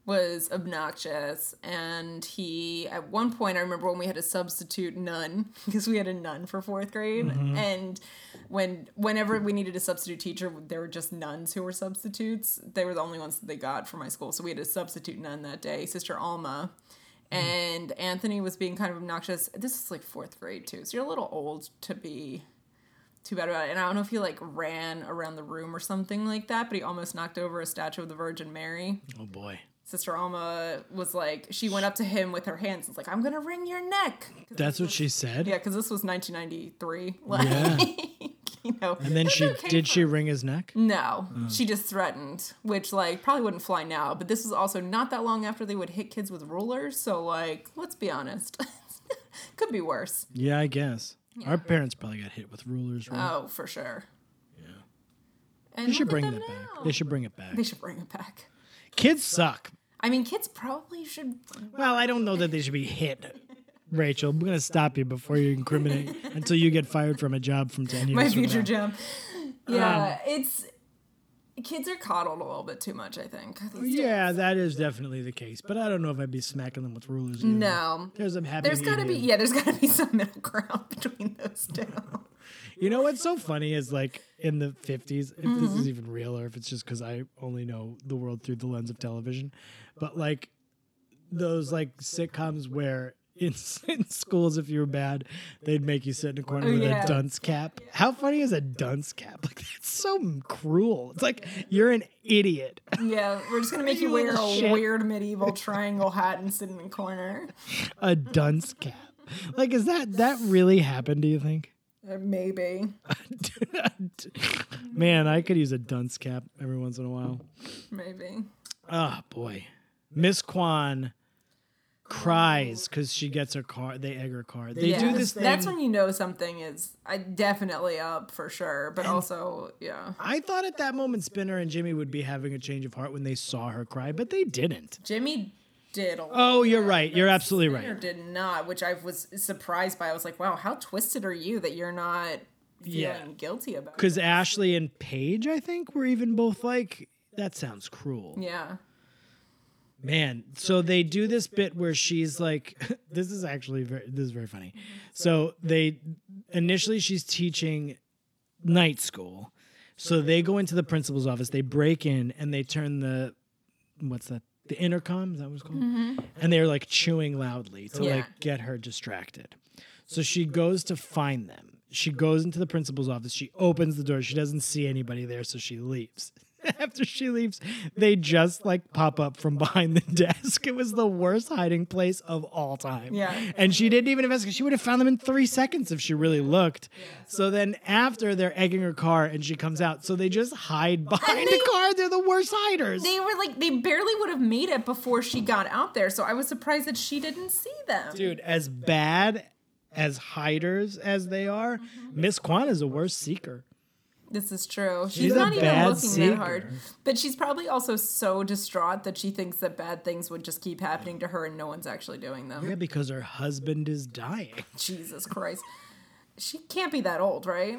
was obnoxious and he at one point I remember when we had a substitute nun because we had a nun for 4th grade and when whenever we needed a substitute teacher there were just nuns who were substitutes they were the only ones that they got for my school so we had a substitute nun that day sister Alma and Anthony was being kind of obnoxious this is like 4th grade too so you're a little old to be too bad about it. And I don't know if he like ran around the room or something like that, but he almost knocked over a statue of the Virgin Mary.
Oh boy.
Sister Alma was like, she went up to him with her hands. and was like, I'm gonna wring your neck.
That's what she said.
Yeah, because this was 1993. Like, you know.
And then she did she Oh. wring his neck?
No, she just threatened, which like probably wouldn't fly now. But this was also not that long after they would hit kids with rulers. So like, let's be honest, could be worse.
Yeah, I guess. Our parents probably got hit with rulers. Right?
Oh, for sure. Yeah. And
they should
look at
bring that
them
back.
now.
They should bring it back.
They should bring it back.
Kids suck.
I mean, kids probably should.
Well, I don't know that they should be hit. Rachel, I'm gonna stop you before you incriminate until you get fired from a job from ten years.
My
from
future
now.
gem. Yeah, it's kids are coddled a little bit too much. I think.
Yeah, that is definitely the case. But I don't know if I'd be smacking them with rulers. Either.
No.
There's a happy.
There's got to be
medium.
yeah. There's got to be some middle ground between those two.
You know what's so funny is like in the 50s, if this is even real or if it's just because I only know the world through the lens of television, but like those like sitcoms where in, in schools, if you were bad, they'd make you sit in a corner with
yeah.
a dunce cap. How funny is a dunce cap? Like, that's so cruel. It's like you're an idiot.
Yeah, we're just gonna make you
You
wear
little
a
shit.
weird medieval triangle hat and sit in the corner.
a dunce cap. Like, is that that really happened? Do you think?
Uh, Maybe.
Man, I could use a dunce cap every once in a while.
Maybe.
Oh boy, Miss Kwan cries because she gets her car. They egg her car. They do
Yeah,
this thing.
That's when you know something is I definitely up for sure, but also yeah.
I thought at that moment Spinner and Jimmy would be having a change of heart when they saw her cry, but they didn't.
Jimmy did a lot.
Oh, you're right. You're absolutely
Or
right.
did not, which I was surprised by. I was like, wow, how twisted are you that you're not feeling
Yeah.
guilty about it?
Because Ashley and Paige, I think, were even both like, "That sounds cruel."
Yeah.
Man, so they do this bit where she's like, this is actually very, this is very funny. So they initially she's teaching night school, so they go into the principal's office, they break in, and they turn the what's that the intercom is that what it's called, and they're like chewing loudly to
Yeah.
like get her distracted. So she goes to find them. She goes into the principal's office. She opens the door. She doesn't see anybody there, so she leaves. After she leaves, they just like pop up from behind the desk. It was the worst hiding place of all time.
Yeah.
And she didn't even investigate. She would have found them in three seconds if she really looked. So then after they're egging her car and she comes out. So they just hide behind
they-
the car. They're the worst hiders.
They were like they barely would have made it before she got out there, so I was surprised that she didn't see them.
Dude, as bad as hiders as they are,
Mm-hmm.
Miss Kwan is a worse seeker.
This is true. She's,
She's a
not even
bad
looking
seeker.
that hard. But she's probably also so distraught that she thinks that bad things would just keep happening to her and no one's actually doing them.
Yeah, because her husband is dying.
Jesus Christ. She can't be that old, right?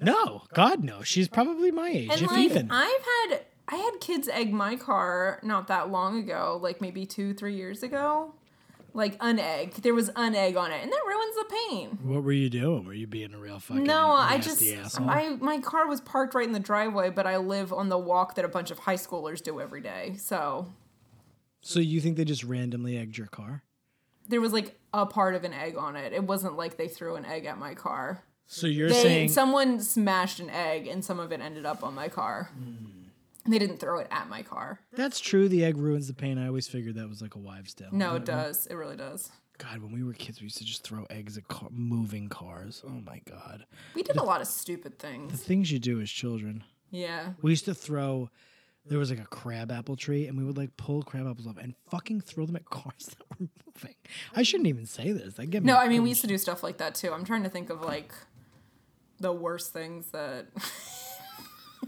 No, God, no. She's probably my age,
And
if
like
even.
I've had I had kids egg my car not that long ago, like maybe two, three years ago. Like an egg. There was an egg on it, and that ruins the paint.
what were you doing? Were you being a real fucking
No, I just
nasty asshole?
I my car was parked right in the driveway, but I live on the walk that a bunch of high schoolers do every day. So
so you think they just randomly egged your car?
there was like a part of an egg on it. It wasn't like they threw an egg at my car.
So you're
They
saying
someone smashed an egg and some of it ended up on my car.
Hmm.
They didn't throw it at my car.
that's true? The egg ruins the paint. I always figured that was like a wives' tale.
No, it does. It really does.
God, when we were kids, we used to just throw eggs at car- moving cars. Oh my God,
We did a lot of stupid
the
things.
things you do as children.
Yeah.
We used to throw. There was like a crab apple tree, and we would like pull crab apples off and fucking throw them at cars that were moving. I shouldn't even say this. That get me.
No, I mean we used to do stuff like that too. I'm trying to think of like the worst things that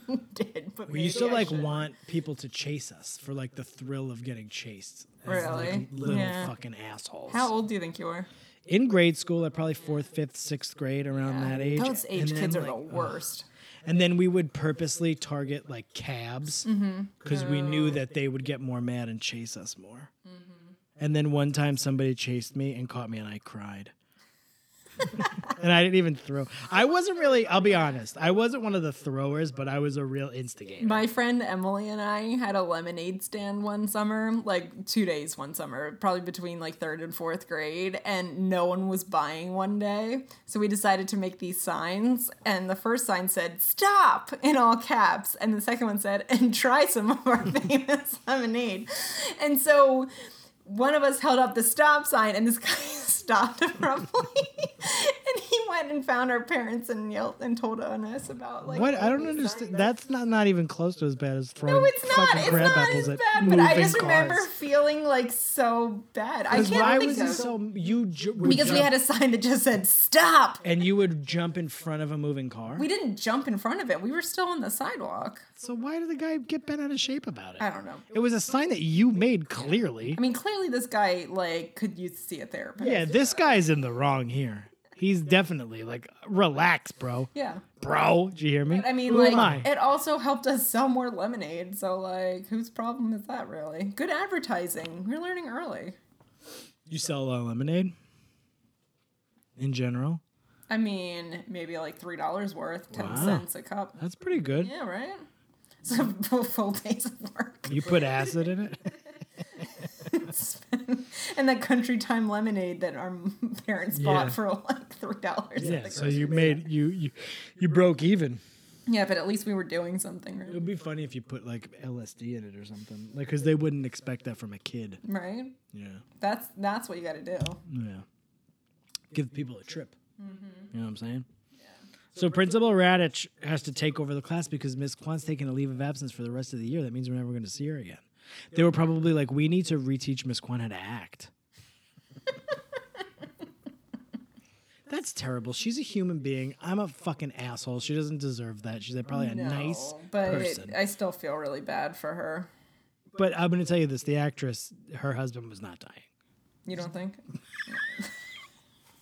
did. But
We used to
maybe I
like
should.
want people to chase us for like the thrill of getting chased. as,
Really?
Like, little
Yeah.
fucking assholes.
How old do you think you are?
In grade school, at probably fourth, fifth, sixth grade, around that age.
Those age
and
kids
then,
are the
like,
worst.
And then we would purposely target like cabs
Mm-hmm.
because we knew that they would get more mad and chase us more.
Mm-hmm.
And then one time somebody chased me and caught me and I cried. and I didn't even throw. I wasn't really. I'll be honest. I wasn't one of the throwers, but I was a real instigator.
My friend Emily and I had a lemonade stand one summer, like two days one summer, probably between like third and fourth grade, and no one was buying one day. So we decided to make these signs, and the first sign said, Stop in all caps, and the second one said, And try some of our famous lemonade. And so one of us held up the stop sign and this guy stopped abruptly and he went and found our parents and yelled and told on us about like
What I
these
don't
signs.
understand. That's not not even close to as bad as throwing
No, it's not.
fucking
It's
crab
not
apples
as
at
bad. But I
moving
just remember
cars.
feeling like so bad. I
'Cause
can't
why
think
was
of
he so you? Ju- were
because we
jump-
had a sign that just said stop.
and you would jump in front of a moving car.
We didn't jump in front of it. We were still on the sidewalk.
so why did the guy get bent out of shape about it?
I don't know.
It was a sign that you made clearly.
I mean, clearly this guy like could use see a therapist.
Yeah, this guy's in the wrong here. He's definitely like, relax, bro.
Yeah.
Bro, did you hear me?
But I mean,
Who am I?
like, it also helped us sell more lemonade. So, like, whose problem is that really? Good advertising. We're learning early.
you sell a lot of lemonade in general.
I mean, maybe like three dollars worth, ten
Wow.
cents a cup.
That's pretty good.
Yeah, right. So full days of work.
You put acid in it.
and that country time lemonade that our parents
Yeah.
bought for like three dollars.
Yeah, so you made you you you broke even.
yeah, but at least we were doing something,
It
right?
would be funny if you put like LSD in it or something, like because they wouldn't expect that from a kid.
right?
Yeah,
That's that's what you got to do.
yeah. Give people a trip.
Mm-hmm.
You know what I'm saying? So Principal Radich has to take over the class because Miss Kwan's taking a leave of absence for the rest of the year. That means we're never going to see her again. They were probably like, "We need to reteach Miss Kwan how to act." That's terrible. She's a human being. I'm a fucking asshole. She doesn't deserve that. She's probably a
No,
nice
but
person.
I still feel really bad for her.
But I'm going to tell you this: the actress, her husband was not dying.
You don't think?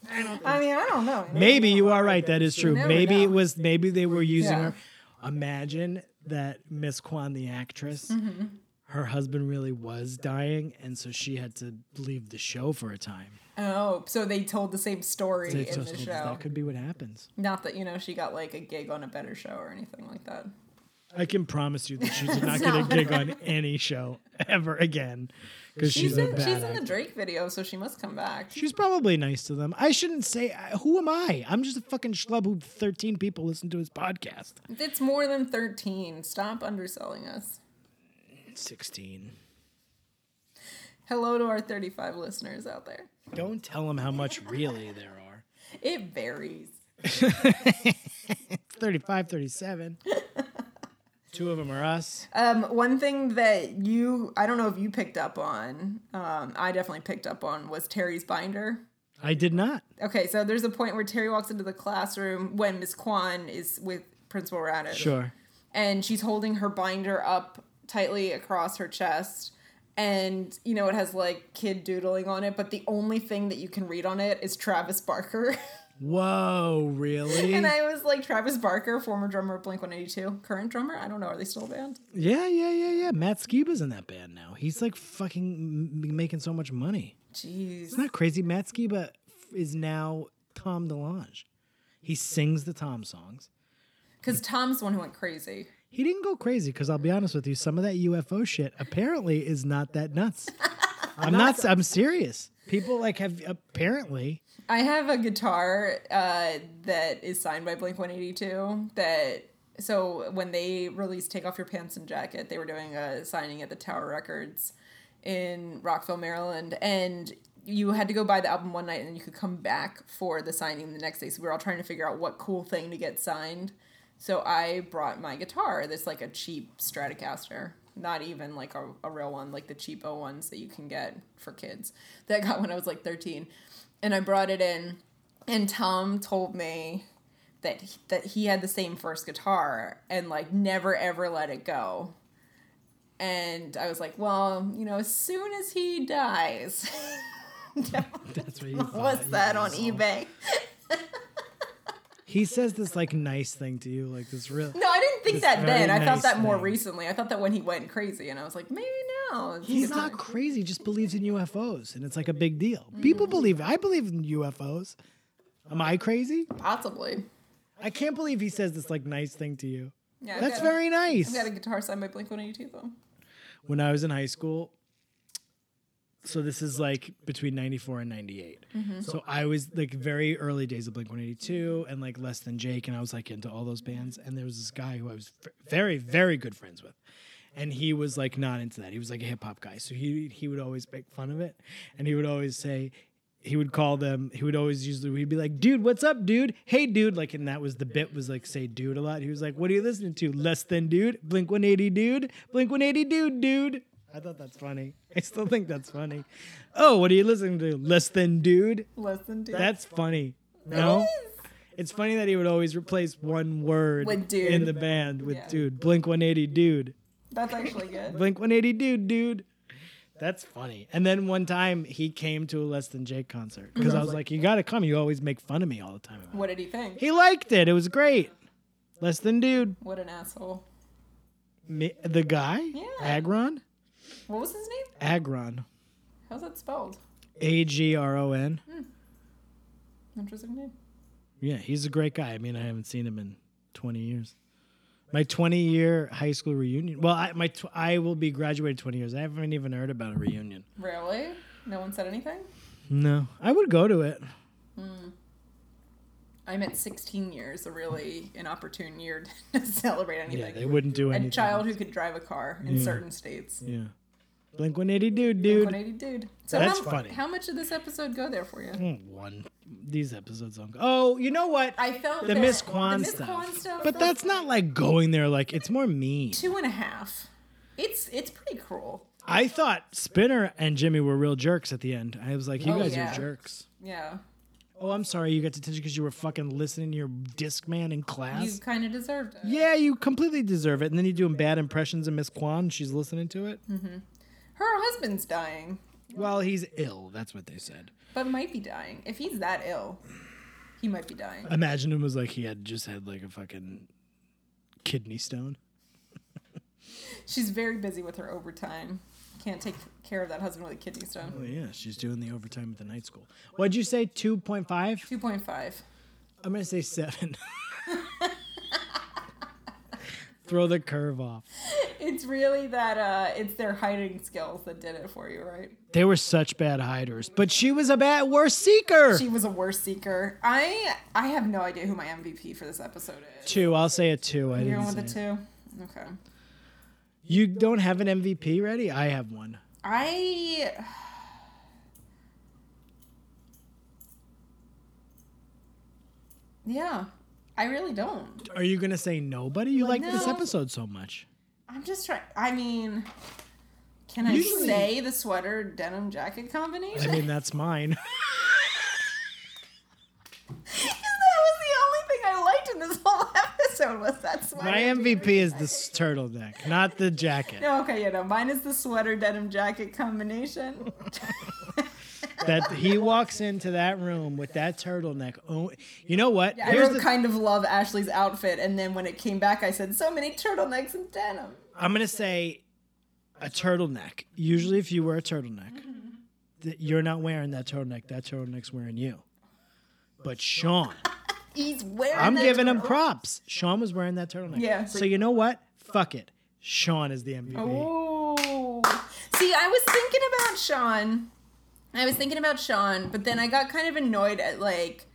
I, don't I mean, I don't know.
Maybe you are right. That is true.
never
Maybe
know.
it was. Maybe they were using
Yeah.
her. Imagine that Miss Kwan, the actress,
Mm-hmm.
her husband really was dying, and so she had to leave the show for a time.
Oh, so they told the same story
It's
in
just-
the show.
that could be what happens.
Not that you know she got like a gig on a better show or anything like that.
I can promise you that she's not going to gig on any show ever again because she's,
She's
a
in,
bad.
she's in the
actor.
Drake video, so she must come back.
She's probably nice to them. I shouldn't say. I- Who am I? I'm just a fucking schlub who 13 people listen to his podcast.
It's more than thirteen. Stop underselling us.
16.
Hello to our 35 listeners out there.
Don't tell them how much really there are.
It varies.
35, 37. Two of them are us.
Um, one thing that you, I don't know if you picked up on, um, I definitely picked up on was Terry's binder.
I did not.
Okay, so there's a point where Terry walks into the classroom when Miss Kwan is with Principal Radish.
Sure.
and she's holding her binder up tightly across her chest and you know it has like kid doodling on it but the only thing that you can read on it is travis barker
Whoa, really?
and i was like travis barker former drummer of blink 182 current drummer i don't know are they still a band
yeah, yeah, yeah, yeah. Matt Skiba's in that band now. He's like fucking m- making so much money.
jeez
Isn't that crazy? Matt Skiba is now Tom DeLonge. He sings the Tom songs.
because tom's the one who went crazy
He didn't go crazy because I'll be honest with you, some of that UFO shit apparently is not that nuts. I'm not. I'm serious. People like have apparently.
i have a guitar uh, that is signed by blink 182 that so when they released take off your pants and jacket they were doing a signing at the tower records in Rockville, Maryland, and you had to go buy the album one night and you could come back for the signing the next day. So we were all trying to figure out what cool thing to get signed. So I brought my guitar, that's like a cheap Stratocaster, not even like a, a real one, like the cheapo ones that you can get for kids that I got when I was like 13. And I brought it in, and Tom told me that he, that he had the same first guitar and like never ever let it go. And I was like, well, you know, as soon as he dies,
That's what you thought.
what's
you
that on
asshole.
eBay?
He says this like nice thing to you, like this real.
No, I didn't think that
very
then. I
nice
thought that more
thing.
recently. I thought that when he went crazy, and I was like, maybe no. it's a
He's
good
not
time.
crazy.
Mm-hmm.
He just believes in UFOs, and it's like a big deal. People believe. I believe in UFOs. Am I crazy?
Possibly.
I can't believe he says this like nice thing to you.
Yeah, I've
That's
got a-
very nice.
I've got a guitar signed by Blink 182 though.
when I was in high school. So this is like between 94 and 98.
Mm-hmm.
So I was like very early days of Blink 182 and like Less Than Jake. And I was like into all those bands. And there was this guy who I was v- very, very good friends with. And he was like not into that. He was like a hip hop guy. So he, he would always make fun of it. And he would always say, he would call them, he would always usually, he'd be like, dude, what's up, dude? Hey, dude. Like, and that was the bit was like, say dude a lot. He was like, what are you listening to? Less Than Dude, Blink 180 Dude, Blink 180 Dude, dude. I thought that's funny. I still think that's funny. Oh, what are you listening to? Less Than Dude?
Less than two.
That's funny. No? It's funny that he would always replace one word
With dude.
in the band with
Yeah.
dude. Blink 180 dude.
That's actually good.
Blink 180 dude, dude. That's funny. And then one time he came to a Less Than Jake concert because I was like, you got to come. You always make fun of me all the time. about it."
What did he think?
He liked it. It was great. Less Than Dude.
What an asshole.
Me, the guy? Agron?
What was his name?
Agron.
How's that spelled?
A G R O N.
Interesting name.
Yeah, he's a great guy. I mean, I haven't seen him in 20 years. My 20 year high school reunion. Well, I my tw- I will be graduated 20 years. I haven't even heard about a reunion.
Really? No one said anything?
No, I would go to it.
I'm at 16 years, a really inopportune year to celebrate
Yeah,
anything.
they wouldn't do
a
anything.
child who could drive a car in certain states.
Yeah. Blink 180 dude, dude.
180 dude. So
That's
how,
funny.
How much did this episode go there for you?
Mm, One. These episodes don't go. Oh, you know what?
I felt
the
that-
Miss
the
Kwan
Miss
stuff.
Kwan stuff.
But that's not like going there, like, it's more mean.
two and a half. It's it's pretty cruel.
I thought Spinner and Jimmy were real jerks at the end. I was like, you
Oh,
guys
yeah.
are jerks.
Yeah,
Oh, I'm sorry you got detention because you were fucking listening to your disc man in
you
class.
kind of deserved it.
yeah, you completely deserve it. And then you're doing bad impressions of Miss Kwan. She's listening to it.
Mm-hmm. Her husband's dying,
Well, he's ill. That's what they said.
but might be dying. If he's that ill, he might be dying.
Imagine him was like he had just had like a fucking kidney stone.
She's very busy with her overtime. Can't take care of that husband with a kidney
Oh
stone.
yeah, she's doing the overtime at the night school. What'd you say? Two point five?
Two point five.
I'm gonna say seven. Throw the curve off.
It's really that uh it's their hiding skills that did it for you, right?
They were such bad hiders, but she was a bad worse seeker.
She was a worse seeker. I I have no idea who my MVP for this episode is.
two. I'll say a two. I
You're
didn't
going with
say
the
it.
two? Okay.
You don't have an MVP ready? I have one.
I Yeah. I really don't.
Are you gonna say nobody? You like this
no.
episode so much.
I'm just trying I mean can I
Usually-
say the sweater denim jacket
I
combination?
mean, that's mine.
Because that was the only thing I liked in this whole episode was that sweater.
My MVP is this turtleneck, not the jacket.
No, okay, you know, mine is the sweater denim jacket combination.
That he walks into that room with that turtleneck. Oh, you know what?
I wrote kind of love Ashley's outfit, and then when it came back, I said so many turtlenecks and denim.
I'm gonna say a turtleneck. Usually, if you wear a turtleneck, th- you're not wearing that turtleneck. That turtleneck's wearing you. But Sean,
He's wearing.
I'm
that
giving him
turtle-
props. Sean was wearing that turtleneck.
Yeah.
So you know what? Fuck it. Sean is the MVP.
Oh, see, I was thinking about Sean. I was thinking about Sean, but then I got kind of annoyed at like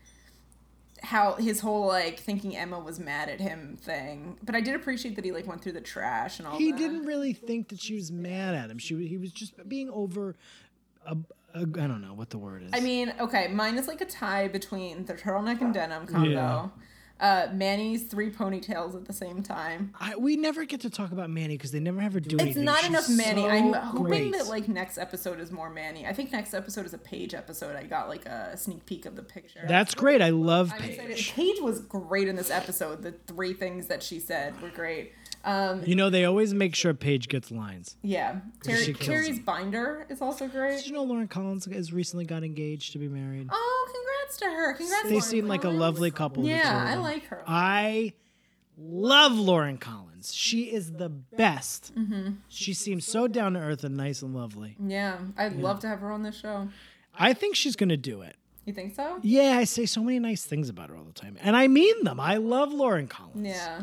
how his whole like thinking Emma was mad at him thing. But I did appreciate that he like went through the trash and all.
He
that.
didn't really think that she was mad at him. She wa- he was just being over. I a, I don't know what the word is.
I mean, okay, mine is like a tie between the turtleneck and denim combo. Uh, Manny's three ponytails at the same time.
I, we never get to talk about Manny because they never have her do
It's
anything.
not
She's
enough Manny.
so
I'm hoping
great.
that like next episode is more Manny. I think next episode is a Page episode. I got like a sneak peek of the picture.
that's great. I love
I'm excited.
Paige.
Paige was great in this episode. The three things that she said were great. Um,
You know they always make sure Paige gets lines.
yeah, Terry,
She kills
Terry's
him.
binder is also
Did
great.
you know Lauren Collins has recently got engaged to be married?
Oh, congrats to her! Congrats.
they
Lauren
seem like a
Collins.
lovely couple. the two
Yeah,
of
I
them.
like her.
Uh, I love Lauren Collins. She is the best.
Mm-hmm.
She seems so down to earth and nice and lovely.
Yeah, I'd love to have her on this show.
I think she's going to do it.
You think so?
Yeah, I say so many nice things about her all the time. And I mean them. I love Lauren Collins.
Yeah.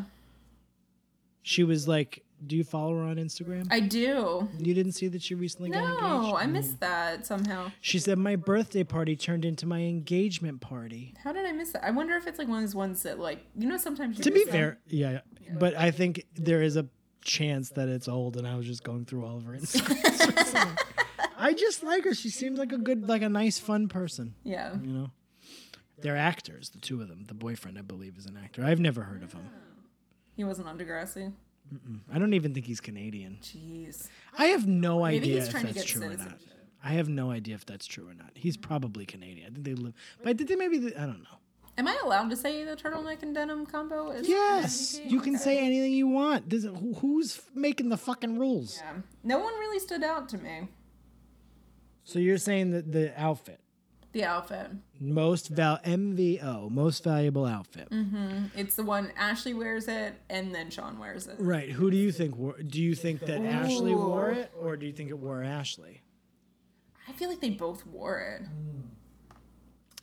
She was like, Do you follow her on Instagram?
I do.
you didn't see that she recently got
No,
engaged?
I missed that somehow.
She said, My birthday party turned into my engagement party.
How did I miss that? I wonder if it's like one of those ones that like you know sometimes you
To be
miss them.
fair, yeah, but I think there is a chance that it's old, and I was just going through all of her Instagram. I just like her. She seems like a good, like a nice, fun person.
Yeah.
You know, they're actors, the two of them. The boyfriend, I believe, is an actor. I've never heard of him.
He wasn't on Degrassi.
I don't even think he's Canadian.
Jeez.
I have no
Maybe
idea
he's
if
trying to
that's
get
true or not.
citizenship.
I have no idea if that's true or not. He's probably Canadian. I think they live, but I think they maybe I don't know.
Am I allowed to say the turtleneck and denim combo? Is
Yes, you can say anything you want. This, who, who's making the fucking rules?
Yeah. No one really stood out to me.
So you're saying that the outfit,
The outfit.
most val MVO, most valuable outfit.
Mm-hmm. It's the one Ashley wears it and then Sean wears it.
Right. Who do you think wore? Do you think that Ashley wore it, or do you think it wore Ashley?
I feel like they both wore it.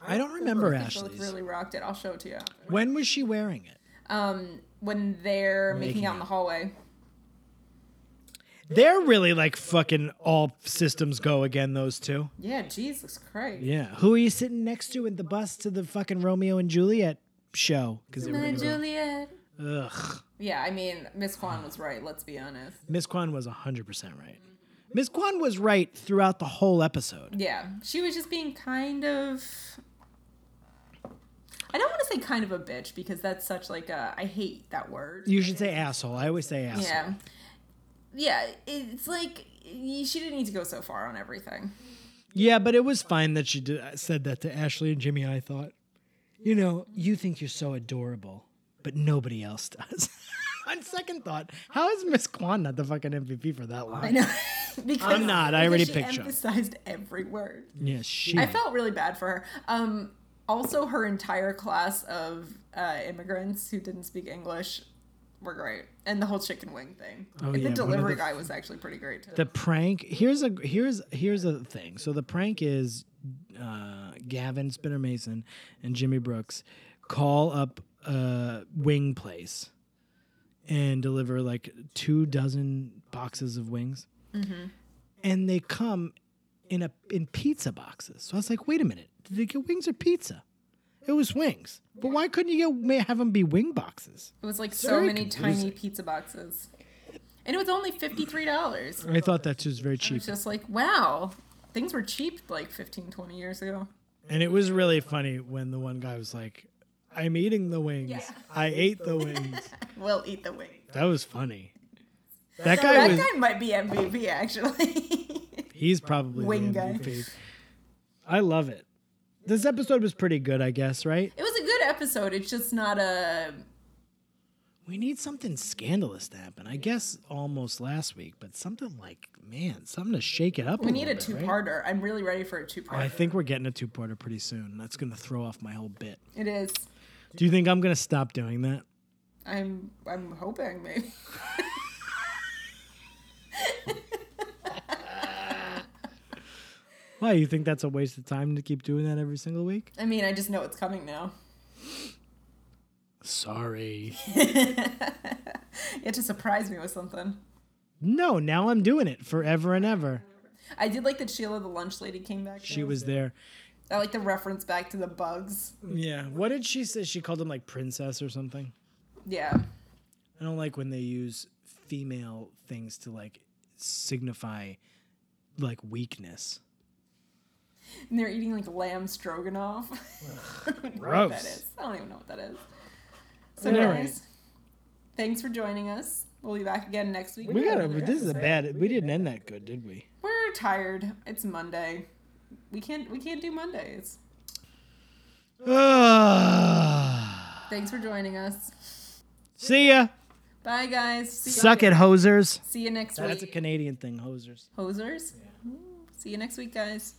I don't remember
They both
Mm. Ashley's.
really rocked it. I'll show it to you. after.
When was she wearing it?
Um, when they're making,
Making
out in the hallway.
They're really like fucking all systems go again. Those two.
Yeah, Jesus Christ.
Yeah. Who are you sitting next to in the bus to the fucking Romeo and Juliet show? Because they were
My
gonna go-
Juliet.
Ugh.
Yeah, I mean, Miss Kwan was right. Let's be honest.
Miss Kwan was 100% right. Miss Kwan was right throughout the whole episode.
Yeah, she was just being kind of. I don't want to say kind of a bitch because that's such like a I hate that word.
You should say asshole. I always say asshole.
Yeah, yeah. It's like y- she didn't need to go so far on everything.
Yeah, but it was fine that she did, said that to Ashley and Jimmy. I thought, you know, you think you're so adorable, but nobody else does. On second thought, how is Miss Kwan not the fucking MVP for that line?
I know. because
I'm not, I
because
already
she
picked you.
emphasized every word.
Yeah, she.
I felt really bad for her. Um, also, her entire class of uh, immigrants who didn't speak English were great, and the whole chicken wing thing.
Oh, yeah, one
And the
of
delivery
the-
guy was actually pretty great too.
the prank here's a here's here's a thing so the prank is uh, gavin spinner mason and jimmy brooks call up a wing place and deliver like two dozen boxes of wings and they come in a in pizza boxes so i was like wait a minute did they get wings or pizza it was wings but why couldn't you get ma- have them be wing boxes
It was like so
very
many tiny
confusing.
pizza boxes. And it was only $53.
i thought that was very cheap
It's just like, wow, things were cheap like 15, 20 years ago.
And it was really funny when the one guy was like, I'm eating the wings. I ate the wings.
We'll eat the wing.
That was funny. That guy
That
was,
guy might be MVP, actually.
he's probably
Wing
the
guy.
MVP. I love it. This episode was pretty good, I guess, right?
it was a good episode. It's just not a.
We need something scandalous to happen. I guess almost last week, but something like, man, something to shake it up.
We need a
little
two
bit, right?
parter. I'm really ready for a two
I
parter.
think we're getting a two parter pretty soon. That's going to throw off my whole bit.
It is.
Do you think I'm going to stop doing that?
I'm. I'm hoping maybe.
Why? You think that's a waste of time to keep doing that every single week?
I mean, I just know it's coming now.
Sorry.
You have to surprise me with something.
No, now I'm doing it forever and ever.
I did like that Sheila the lunch lady came back.
She
though.
was there.
I like the reference back to the bugs.
Yeah. What did she say? She called him like princess or something.
Yeah.
I don't like when they use female things to like signify like weakness.
And they're eating like lamb stroganoff. I don't even know what
Gross.
that is. I don't even know what that is. So,
All right.
guys, thanks for joining us. We'll be back again next week.
We got this is a bad we didn't end that good, did we?
We're tired. It's Monday. We can't. We can't do Mondays. Thanks for joining us.
See ya.
Bye, guys. See you,
Suck it, hosers.
See you next
That's a
week.
Canadian thing, hosers.
Hosers. Mm, See you next week, guys.